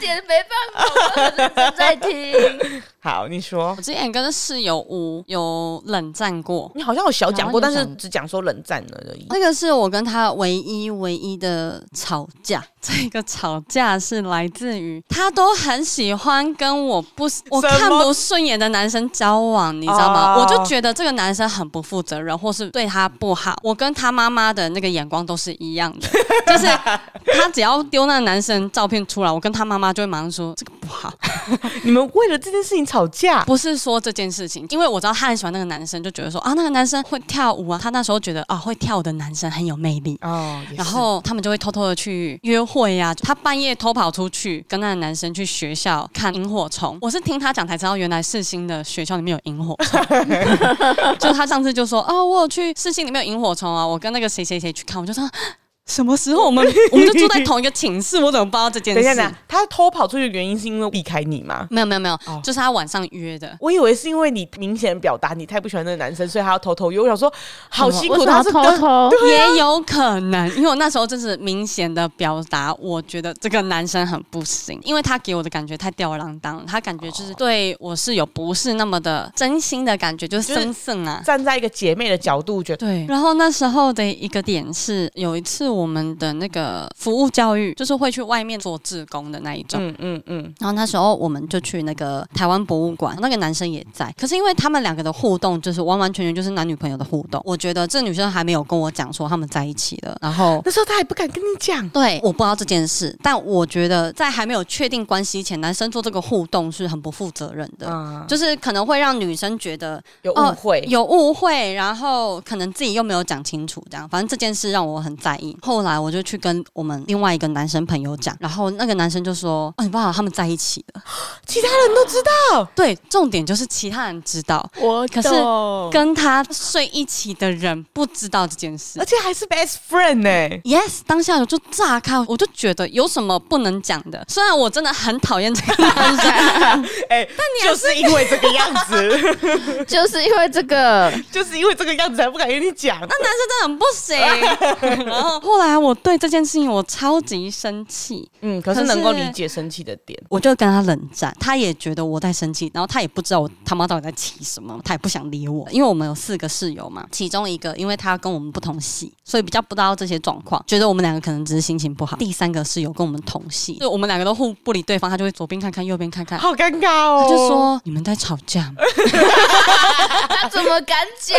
C: 点没办法，我很认真在 [laughs] 听。
D: 好，你说
B: 我。之前跟室友屋有冷战过，
D: 你好像有小讲过，
C: 好
D: 但
C: 你
D: 是
C: 讲
D: 只讲说冷战了而已。
B: 那个是我跟他唯一唯一的吵架， [laughs] 这个吵架是来自于他都很喜欢跟我不我
D: 什么
B: 看不顺眼的男生交往，你知道吗？
D: 哦
B: 我就觉得这个男生很不负责任，或是对他不好。我跟他妈妈的那个眼光都是一样的， [laughs] 就是他只要丢那个男生照片出来，我跟他妈妈就会马上说这个不好。
D: [laughs] 你们为了这件事情吵架，
B: 不是说这件事情，因为我知道他很喜欢那个男生，就觉得说啊，那个男生会跳舞啊，他那时候觉得啊，会跳舞的男生很有魅力。
D: 哦，也
B: 然
D: 是
B: 后他们就会偷偷的去约会呀、他半夜偷跑出去，跟那个男生去学校看萤火虫。我是听他讲才知道，原来世新的学校里面有萤火虫。
D: [laughs]
B: 就他上次就说：“哦，我有去世新里面有萤火虫啊，我跟那个谁谁谁去看。”我就说。什么时候我们我们就住在同一个寝室？我怎么不知道这件
D: 等一下，
B: 事？
D: 等一下，他偷跑出去的原因是因为避开你吗？
B: 没有没有没有，
D: 哦
B: 就是他晚上约的。
D: 我以为是因为你明显表达你太不喜欢那个男生，所以他要偷偷约。我想说，好辛
C: 为什
D: 苦，
C: 么
D: 他
C: 要
D: 是
C: 偷
D: 跟
C: 偷。
B: 也有可能，因为我那时候就是明显的表达，我觉得这个男生很不行，因为他给我的感觉太吊儿郎当了，他感觉就是对我是有不是那么的真心的感觉，就是
D: 就是
B: 生涩啊。
D: 站在一个姐妹的角度，觉得
B: 对，然后那时候的一个点是，有一次我们的那个服务教育，就是会去外面做志工的那一种。
D: 嗯嗯嗯，
B: 然后那时候我们就去那个台湾博物馆，那个男生也在。可是因为他们两个的互动，就是完完全全就是男女朋友的互动。我觉得这女生还没有跟我讲说他们在一起了，然后。
D: 那时候他还不敢跟你讲，
B: 对，我不知道这件事，但我觉得在还没有确定关系前，男生做这个互动是很不负责任的，
D: 嗯，
B: 就是可能会让女生觉得
D: 有
B: 哦
D: 误会，
B: 有误会，然后可能自己又没有讲清楚，这样，反正这件事让我很在意。后来我就去跟我们另外一个男生朋友讲，然后那个男生就说：“哦，你不好，他们在一起了。
D: 其他人都知道，”
B: 对，重点就是其他人知道，
C: 我
B: 可是
D: 哦
C: 懂
B: 跟他睡一起的人不知道这件事
D: 而。且还是 best friend 欸呢、
B: Yes，当下我就炸开，我就觉得有什么不能讲的。虽然我真的很讨厌这个男生，
D: 哎、就是因为这个样子， [laughs]
C: 就是因为这个， [laughs]
D: 就是因为这个样子才不敢跟你讲。
B: 那男生真的很不行。然后后来我对这件事情我超级生气，
D: 嗯，可
B: 可
D: 是
B: 是
D: 能够理解生气的点，
B: 我就跟他冷战，他也觉得我在生气，然后他也不知道我他妈到底在气什么，他也不想理我，因为我们有四个室友嘛，其中一个因为他跟我们不同系，所以比较不知道这些状况，觉得我们两个可能只是心情不好。第三个室友跟我们同系，就我们两个都互不理对方，他就会左边看看右边看看，
D: 好尴尬哦。
B: 他就说你们在吵架吗？
C: 他怎么敢讲？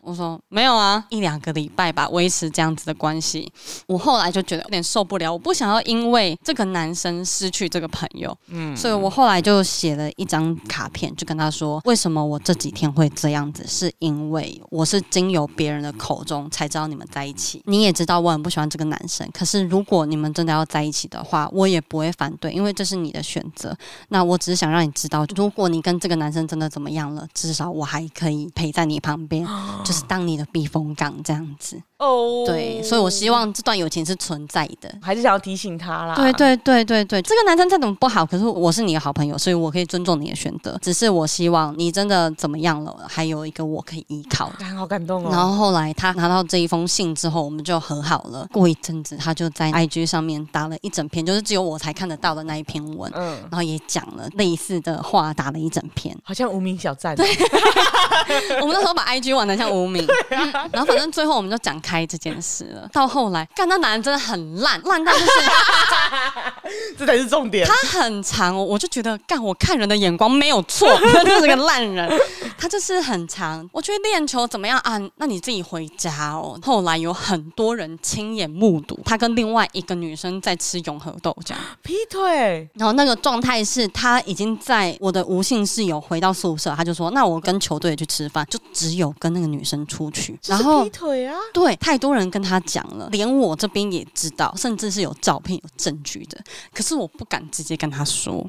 B: 我说没有啊，一两个礼拜吧，维持这样子的关系。我后来就觉得有点受不了，我不想要因为这个男生失去这个朋友，嗯，所以我后来就写了一张卡片，就跟他说，为什么我这几天会这样子，是因为我是经由别人的口中才知道你们在一起。你也知道我很不喜欢这个男生，可是如果你们真的要在一起的话，我也不会反对，因为这是你的选择。那我只是想让你知道，如果你跟这个男生真的怎么样了，至少我还可以陪在你旁边，就是当你的避风港这样子。
D: 嗯哦，
B: 对，所以我希望这段友情是存在的。
D: 还是想要提醒他啦。
B: 对对对对对，这个男生再怎么不好，可是我是你的好朋友，所以我可以尊重你的选择。只是我希望你真的怎么样了，还有一个我可以依靠的。
D: 干，好感动
B: 然
D: 哦。
B: 后后来他拿到这一封信之后，我们就和好了。过一阵子，他就在 IG 上面打了一整篇，就是只有我才看得到的那一篇文，
D: 嗯，
B: 然后也讲了类似的话，打了一整篇。
D: 好像无名小站。
B: [laughs] 我们那时候把 IG 玩的像无名，嗯然后反正最后我们就讲开这件事了。到后来，干那男人真的很烂，烂到就是
D: 这才是重点。
B: 他很长哦，我就觉得干我看人的眼光没有错， [laughs] 他就是个烂人，他就是很长。我觉得练球怎么样啊？那你自己回家哦。后来有很多人亲眼目睹他跟另外一个女生在吃永和豆浆。
D: 劈腿，
B: 然后那个状态是他已经在我的无性室友回到宿舍，他就说：“那我跟球队去吃饭，就只有跟那个女生出去。”
D: 这
B: 然
D: 是
B: 后
D: 劈腿啊！
B: 对，太多人跟他讲了，连我这边也知道，甚至是有照片、有证据的。可是我不敢直接跟他说，
D: 嗯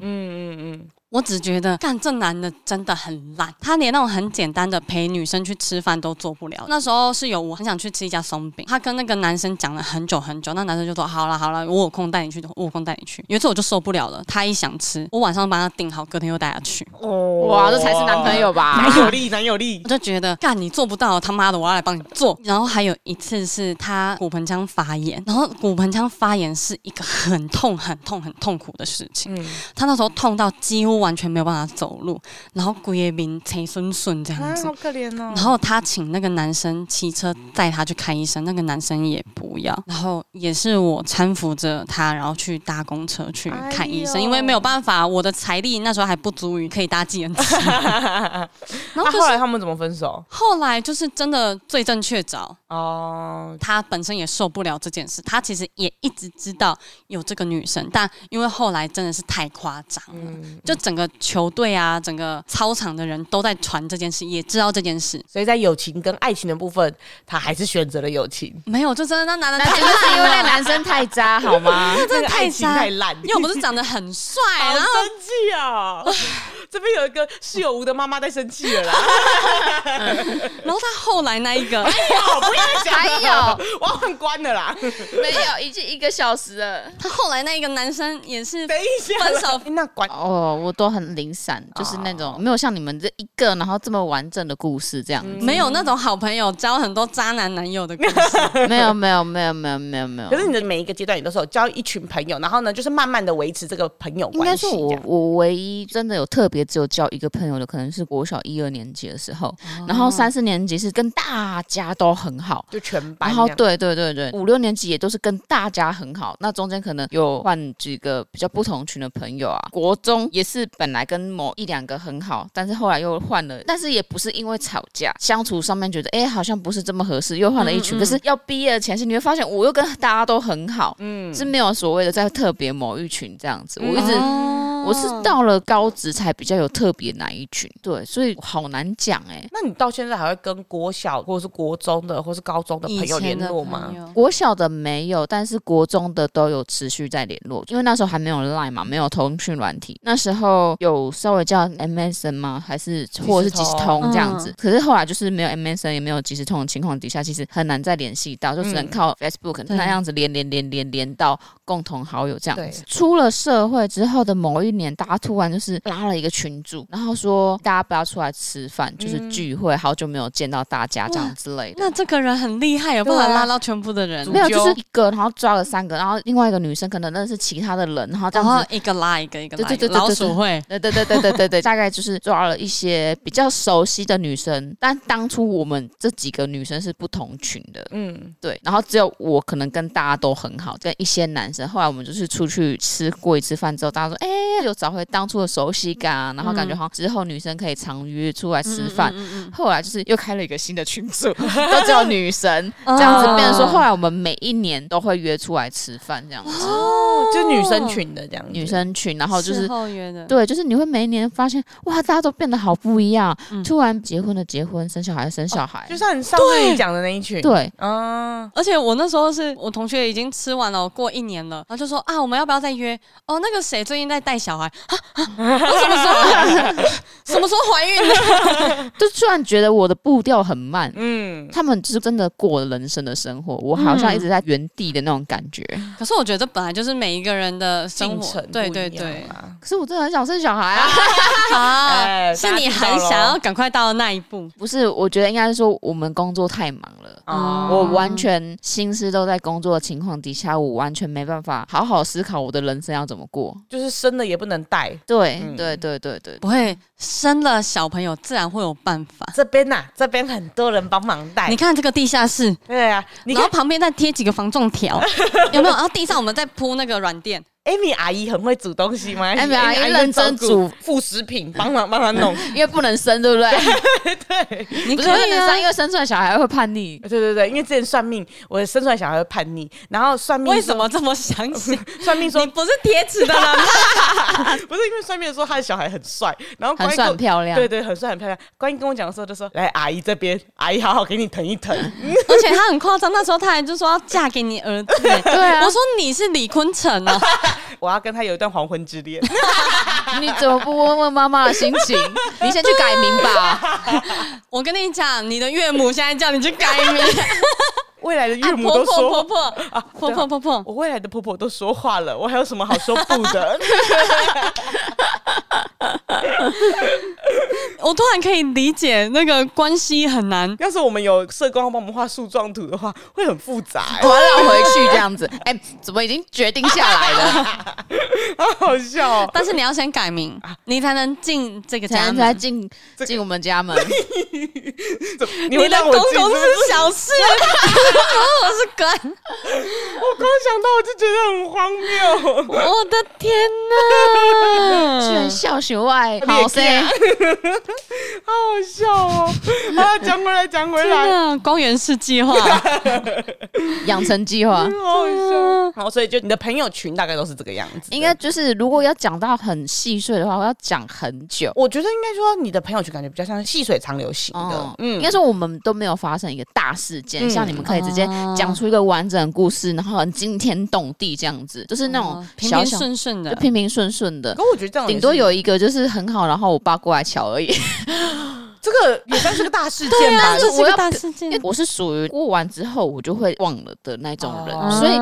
D: 嗯嗯，
B: 我只觉得干这男的真的很烂，他连那种很简单的陪女生去吃饭都做不了。那时候是有我很想去吃一家松饼，他跟那个男生讲了很久很久，那男生就说好了好了，我有空带你去，我有空带你去。有一次我就受不了了，他一想吃，我晚上帮他订好，隔天又带他去。
D: 哦
C: 哇，这才是男朋友吧？ [laughs]
D: 男友力，男友力
B: 我。就觉得干你做不到，他妈的我要来帮你做。然后还有一次是他骨盆腔发炎，然后骨盆腔发炎是一个很痛、很痛、很痛苦的事情。
D: 嗯，
B: 他那时候痛到几乎完全没有办法走路，然后骨也面青顺顺这样
D: 啊，
B: 子
D: 好。可怜哦。
B: 然后他请那个男生骑车载他去看医生，那个男生也不要，然后也是我搀扶着他，然后去搭公车去看医生，
D: 哎呦
B: 因为没有办法，我的财力那时候还不足以可以搭计程车。 [laughs]
D: 哎
B: 然
D: 那
B: 后可
D: 后
B: 是
D: 来他们怎么分手？
B: 后来就是真的罪证确凿，
D: 哦，
B: 他本身也受不了这件事，他其实也一直知道有这个女生，但因为后来真的是太夸张了。
D: 嗯，
B: 就整个球队啊，整个操场的人都在传这件事，也知道这件事。
D: 所以在友情跟爱情的部分，他还是选择了友情。
B: 没有，就真的那男的
C: 那
B: 太
C: 就是因为
B: 烂
C: 那个
B: 了，
C: 男生太渣，好吗？
B: 真的
D: 那个爱
B: 太
D: 情
B: 渣
D: 太，烂，
B: 又不是长得很帅，
D: 好
B: 然后
D: 生气啊！这边有一个室友吴的妈妈在生气了啦，
B: 然后他后来那一
D: [laughs]
B: 个，哎
D: 我哎不要再讲了
C: 还，
D: 我要换关了啦。
C: 没有，已经一个小时了。
B: 他后来那一个男生也是
D: 等一下啦，哎
B: 分手
D: 那关
C: 哦，我都很零散，就是那种没有像你们这一个，然后这么完整的故事这样。
B: 没有那种好朋友交很多渣男男友的故
D: [laughs]
B: 事，
C: 没有，没有，没有，没有，没有，没有
D: 可。是你的每一个阶段，你都是有交一群朋友，然后呢，就是慢慢的维持这个朋友
C: 应
D: 关
C: 该
D: 系
C: 说
D: 这
C: 我
D: 样。
C: 我唯一真的有特别只有交一个朋友的，可能是国小一二年级的时候，然
D: 哦
C: 后三四年级是跟大家都很哦好。
D: 就全班
C: 然
D: 这样，
C: 后对对对对，五六年级也都是跟大家很好，那中间可能有换几个比较不同群的朋友啊。国中也是本来跟某一两个很好，但是后来又换了，但是也不是因为吵架，相处上面觉得哎好像不是这么合适，又换了
D: 嗯
C: 一群。可是要毕业的前夕，你会发现我又跟大家都很好，嗯，是没有所谓的在特别某一群这样子。我一
D: 哦
C: 直
B: 哦
C: 我是到了高职才比较有特别哪一群，对，所以好难讲哎、
D: 那你到现在还会跟国小或是国中的或是高中的
B: 以
D: 朋友
B: 前
D: 联
B: 的
D: 络
B: 朋
D: 吗？
B: 友
C: 国小的没有，但是国中的都有持续在联络，因为那时候还没有 Line 嘛，没有通讯软体，那时候有稍微叫 MSN 吗？还是或者是即时通嗯这样子？可是后来就是没有 MSN 也没有即时通的情况底下，其实很难再联系到，就只能靠 Facebook 那样子连连连连连到共同好友这样子
D: 对。
C: 出了社会之后的某一年，大家突然就是拉了一个群组，然后说大家不要出来吃饭，就是聚会，好久没有见到大家这样之类的。
B: 那这个人很厉害，有办法拉到全部的人，
C: 没有，
D: 主
C: 就
D: 揪
C: 是一个，然后抓了三个，然后另外一个女生可能认识其他的人，然后这
B: 然
C: 样
B: 后
C: 子。
B: 一个拉一个，一个拉
C: 对
B: 一个
C: 对对对对
B: 老鼠会，
C: 对对对对对对对，大概就是抓了一些比较熟悉的女生，但当初我们这几个女生是不同群的，
D: 嗯，
C: 对，然后只有我可能跟大家都很好，跟一些男生，后来我们就是出去吃过一次饭之后，大家说，哎、有找回当初的熟悉感啊，然后感觉好像之后女生可以常约出来
B: 嗯
C: 吃饭，后来就是又开了一个新的群组，都只有女生，这样子
B: 哦
C: 变成说，后来我们每一年都会约出来吃饭，这样子，
B: 哦
D: 就是女生，群的这样子，
C: 女生群，然后就是
B: 事。后约的，
C: 对，就是你会每一年发现，哇，大家都变得好不一样。突然结婚的结婚，生小孩的生小孩，
D: 哦就像你上次你讲的那一群，，
C: 对，
D: 嗯，
B: 而且我那时候是我同学已经吃完了，过一年了，然后就说啊，我们要不要再约？哦，那个谁最近在带小孩，啊啊，我什么时候什么时候怀孕的？
C: 就突然觉得我的步调很慢。
D: 嗯，
C: 他们就是真的过了人生的生活，我好像一直在原地的那种感觉。
B: [laughs] 可是我觉得这本来就是每一个人的生
D: 进
B: 活
D: 程，不
B: 对对
D: 一样啊
B: 对，
D: 啦
C: 可是我真的很想生小孩啊！
B: 啊，
D: 哎
B: 是你
D: 大家
B: 很
D: 知道咯
B: 想要赶快到那一步，
C: 不是，我觉得应该是说我们工作太忙了。
B: 嗯
D: 啊，
C: 我完全心思都在工作的情况底下，我完全没办法好好思考我的人生要怎么过。
D: 就是生了也不能带。
C: 对、
D: 嗯
C: 对对对对，
B: 不会生了小朋友自然会有办法。
D: 这边呐、这边很多人帮忙带
B: 你，看这个地下室，
D: 对啊，你
B: 然后
D: 看
B: 旁边再贴几个防撞 [laughs] 条，有没有？然后地上我们再铺那个软垫，
D: Amy 阿姨很会煮东西吗
C: Amy 阿姨
D: 会
C: 认真
D: 照顾
C: 煮
D: 副食品，帮忙帮她
B: [laughs]
D: 弄。
C: 因为不能生，对不对？
B: 你
C: 不是
B: 可
C: 不
B: 以
C: 能
B: 啊
C: 生，。因为生出来小孩会叛逆。
D: 对对对，因为之前算命，我生出来小孩会叛逆，然后算命
B: 为
D: 说
B: 什么这么详细？
D: 算命
B: 你
D: 说
B: 不是铁齿的人吗？
D: 不是因为算命说他的小孩很帅，然后
C: 很
D: 关于
C: 帅很漂亮
D: 对对，很帅很漂亮。观音跟我讲的时候就说：“来，阿姨这边，阿姨好好给你疼
B: [laughs]
D: 一疼。
B: [laughs] 而且他很夸张，那时候他还就说要嫁给你儿子、 [laughs] 欸。
C: 对啊
B: 我说你是李坤城 [laughs] 哦，
D: 我要跟他有一段黄昏之
B: [laughs]
D: 恋。
C: 你怎么不问问妈妈的心情？你先去改名
B: 啊
C: 吧。
B: 我跟你讲，你的岳母现在叫你去改 [laughs] 名，
D: 未来的岳
B: 啊
D: 母
B: 婆
D: 都
B: 婆
D: 说、啊
B: 婆婆啊婆婆婆婆，
D: 我未来的婆婆都说话了，我还有什么好说不
B: [laughs]
D: 的？
B: 我突然可以理解那个关系很难。
D: 要是我们有社工要帮我们画树状图的话，会很复
B: [laughs]
D: 杂、欸
C: 我要绕回去这样子。哎、怎么已经决定下来了？
B: [laughs]
D: 好好笑、哦。
B: 但是你要先改名，你才能进这个
C: 才
B: 家
C: 能才
B: 门。
C: 进进我们
B: [laughs]
C: 家门。
D: 你会
B: 的
D: 让
B: 公
D: 我进
B: 公
D: 是不
B: 是
D: 是
B: 小 [laughs] 事，我是官。
D: 我刚想到我就觉得很荒谬。
B: [laughs] 我的天哪！ [laughs]
C: 居然笑学外，
D: 你也
C: 好噻，
D: 好笑哦！啊，讲回来，讲回
B: 天
D: 来，
B: 哪，光源式计 [laughs] 划，
C: 养成计
B: [laughs]
C: 划。
D: 好好
B: 啊
D: 笑。好，所以就你的朋友群大概都是这个样子。
C: 应该，就是，如果要讲到很细碎的话，我要讲很久。
D: 我觉得应该说你的朋友群感觉比较像细水长流型的。
C: 哦，应
D: 嗯，
C: 该说我们都没有发生一个大事件，
D: 嗯
C: 像你们可以直接讲出一个完整的故事，然后很惊天动地这样子，就是那种
B: 哦平
C: 小
B: 平
C: 小
B: 顺顺
C: 就
B: 的，
C: 平平顺顺的
D: 可，我觉得这种也
C: 顶
D: 是
C: 多有一个就是很好，然后我爸过来瞧
B: [laughs]
C: 而已。
D: 这个也算是个大事件吧。
B: 但这是
C: 我
B: 个
C: 要
B: 大事件
C: 因为。我是属于过完之后我就会忘了的那种人，
D: 哦
C: 所以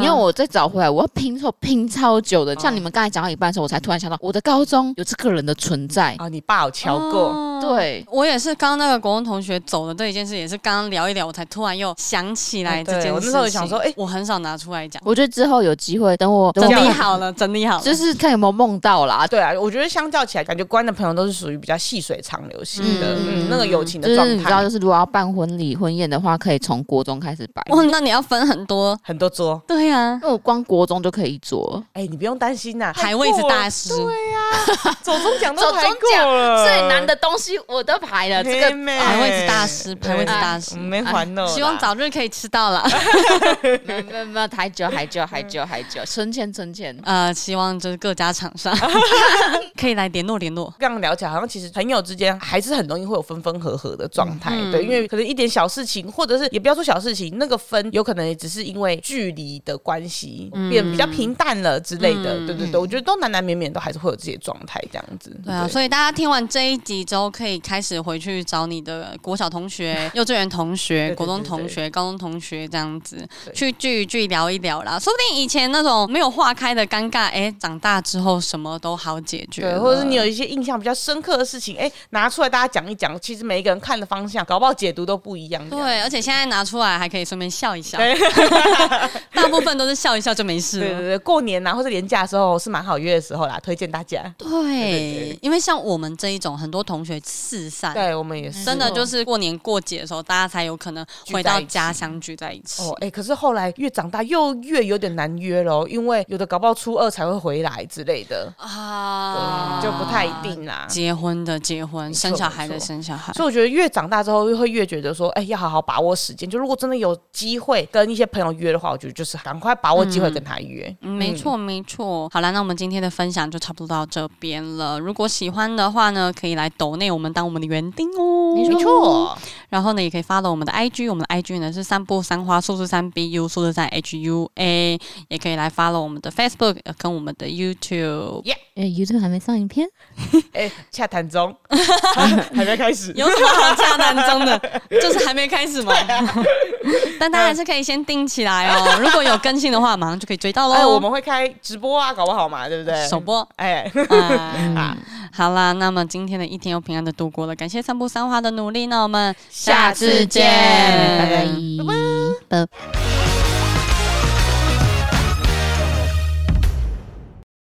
C: 你要
B: 我。
C: 我再找回来，我要拼凑拼超久的。
B: 哦
C: 像你们刚才讲到一半的时候，我才突然想到，我的高中有这个人的存在。
D: 啊，你爸有瞧过，
B: 哦
C: 对
B: 我也是，刚刚那个国文同学走的这一件事，也是刚刚聊一聊，我才突然又想起来
D: 哦
B: 这件事
D: 对
B: 情。
D: 我那时候也想说哎
B: 我很少拿出来讲，
C: 我觉得之后有机会，等我等
B: 整
C: 我
B: 理好了，整理好了，
C: 就是看有没有梦到啦。
D: 对啊，我觉得相较起来，感觉关的朋友都是属于比较细水长流型的，
B: 嗯
D: 嗯，那个友情
C: 就
D: 的状
C: 是你知道，
D: 态
C: 就是如果要办婚礼婚宴的话，可以从国中开始摆。
B: 哇，那你要分很多，
D: 很多桌。
B: 对啊呀、
C: 因为我光国中就可以做，
D: 哎，你不用担心呐，
B: 排位置大师
D: 排过了对呀，走中奖都
C: 走中
D: 排
C: 奖
D: 过了，
C: 啊最难的东西我都排了，这个
D: 妹妹
B: 排位置大师排位置大师哎
D: 嗯没还呢，
B: 希望早日可以吃到了。 [laughs]
C: 没有没有没有，还久还久还久还久，存钱存钱。
B: 呃，希望就是各家厂
D: [laughs]
B: 商可以来联络联络。
D: 这样聊起来，好像其实朋友之间还是很容易会有分分合合的状态，
B: 嗯
D: 对，因为可能一点小事情，或者是也不要说小事情，那个分有可能也只是因为距离的关系变比较平淡了之类的，
B: 嗯
D: 对对对，我觉得都难难免免都还是会有这些状态这样子，
B: 对啊，所以大家听完这一集之后，可以开始回去找你的国小同
D: [laughs]
B: 学、幼稚园同学、
D: 对
B: 国中
D: 对对
B: 同学、高中同学这样子
D: 对
B: 去聚一聚、聊一聊啦。说不定以前那种没有化开的尴尬，哎、长大之后什么都好解决
D: 对，
B: 了。
D: 或者是你有一些印象比较深刻的事情，哎、拿出来大家讲一讲，其实每一个人看的方向，搞不好解读都不一样。这样
B: 对，而且现在拿出来还可以顺便笑一笑
D: 对，
B: 大部分都是笑一笑就没事
D: 对对
B: 了。
D: 对，过年啊或者年假的时候是蛮好约的时候啦，推荐大家。
B: 对，因为像我们这一种，很多同学四散，
D: 对我们也是
B: 真的就是过年过节的时候，大家才有可能回到家乡聚在一起。
D: 哦，哎、可是后来越长大又越有点难约咯，因为有的搞不好初二才会回来之类的，
B: 啊
D: 就不太一。定啦。
B: 结婚的结婚，
D: 没错
B: 生小孩的
D: 没错
B: 生小孩。
D: 所以我觉得越长大之后，会越觉得说，哎、要好好把握时间。就如果真的有机会跟一些朋友约的话，我觉得就是赶快把握机会跟他约。
B: 嗯没错，没错。好啦，那我们今天的分享就差不多到这边了。如果喜欢的话呢，可以来抖内我们当我们的园丁哦。
D: 没错，
B: 然后呢，也可以 follow 我们的 IG，我们的 IG 呢是三步三花，数字三 BU，数字三 HUA，也可以来 follow 我们的 Facebook 呃跟我们的 YouTube。
C: 因为 YouTube 还没上影片，
D: 哎、洽谈
B: [laughs]
D: 中，还没开始。
B: 有什么好洽谈中
D: [laughs]
B: 的？就是还没开始嘛。
D: 啊
B: [laughs] 但大家还是可以先定起来哦。如果有更新的话，马上就可以追到喽。
D: 哎、我们会开直播啊，搞不好嘛，对不对？
B: 哦首
D: [laughs]
B: 播。
D: 哎、 [laughs]
B: 啊
D: 啊，
B: 好啦，那么今天的一天又平安的度过了，感谢三步三花的努力，那我们
D: 下次见
C: 拜拜
B: 拜拜
C: 拜拜。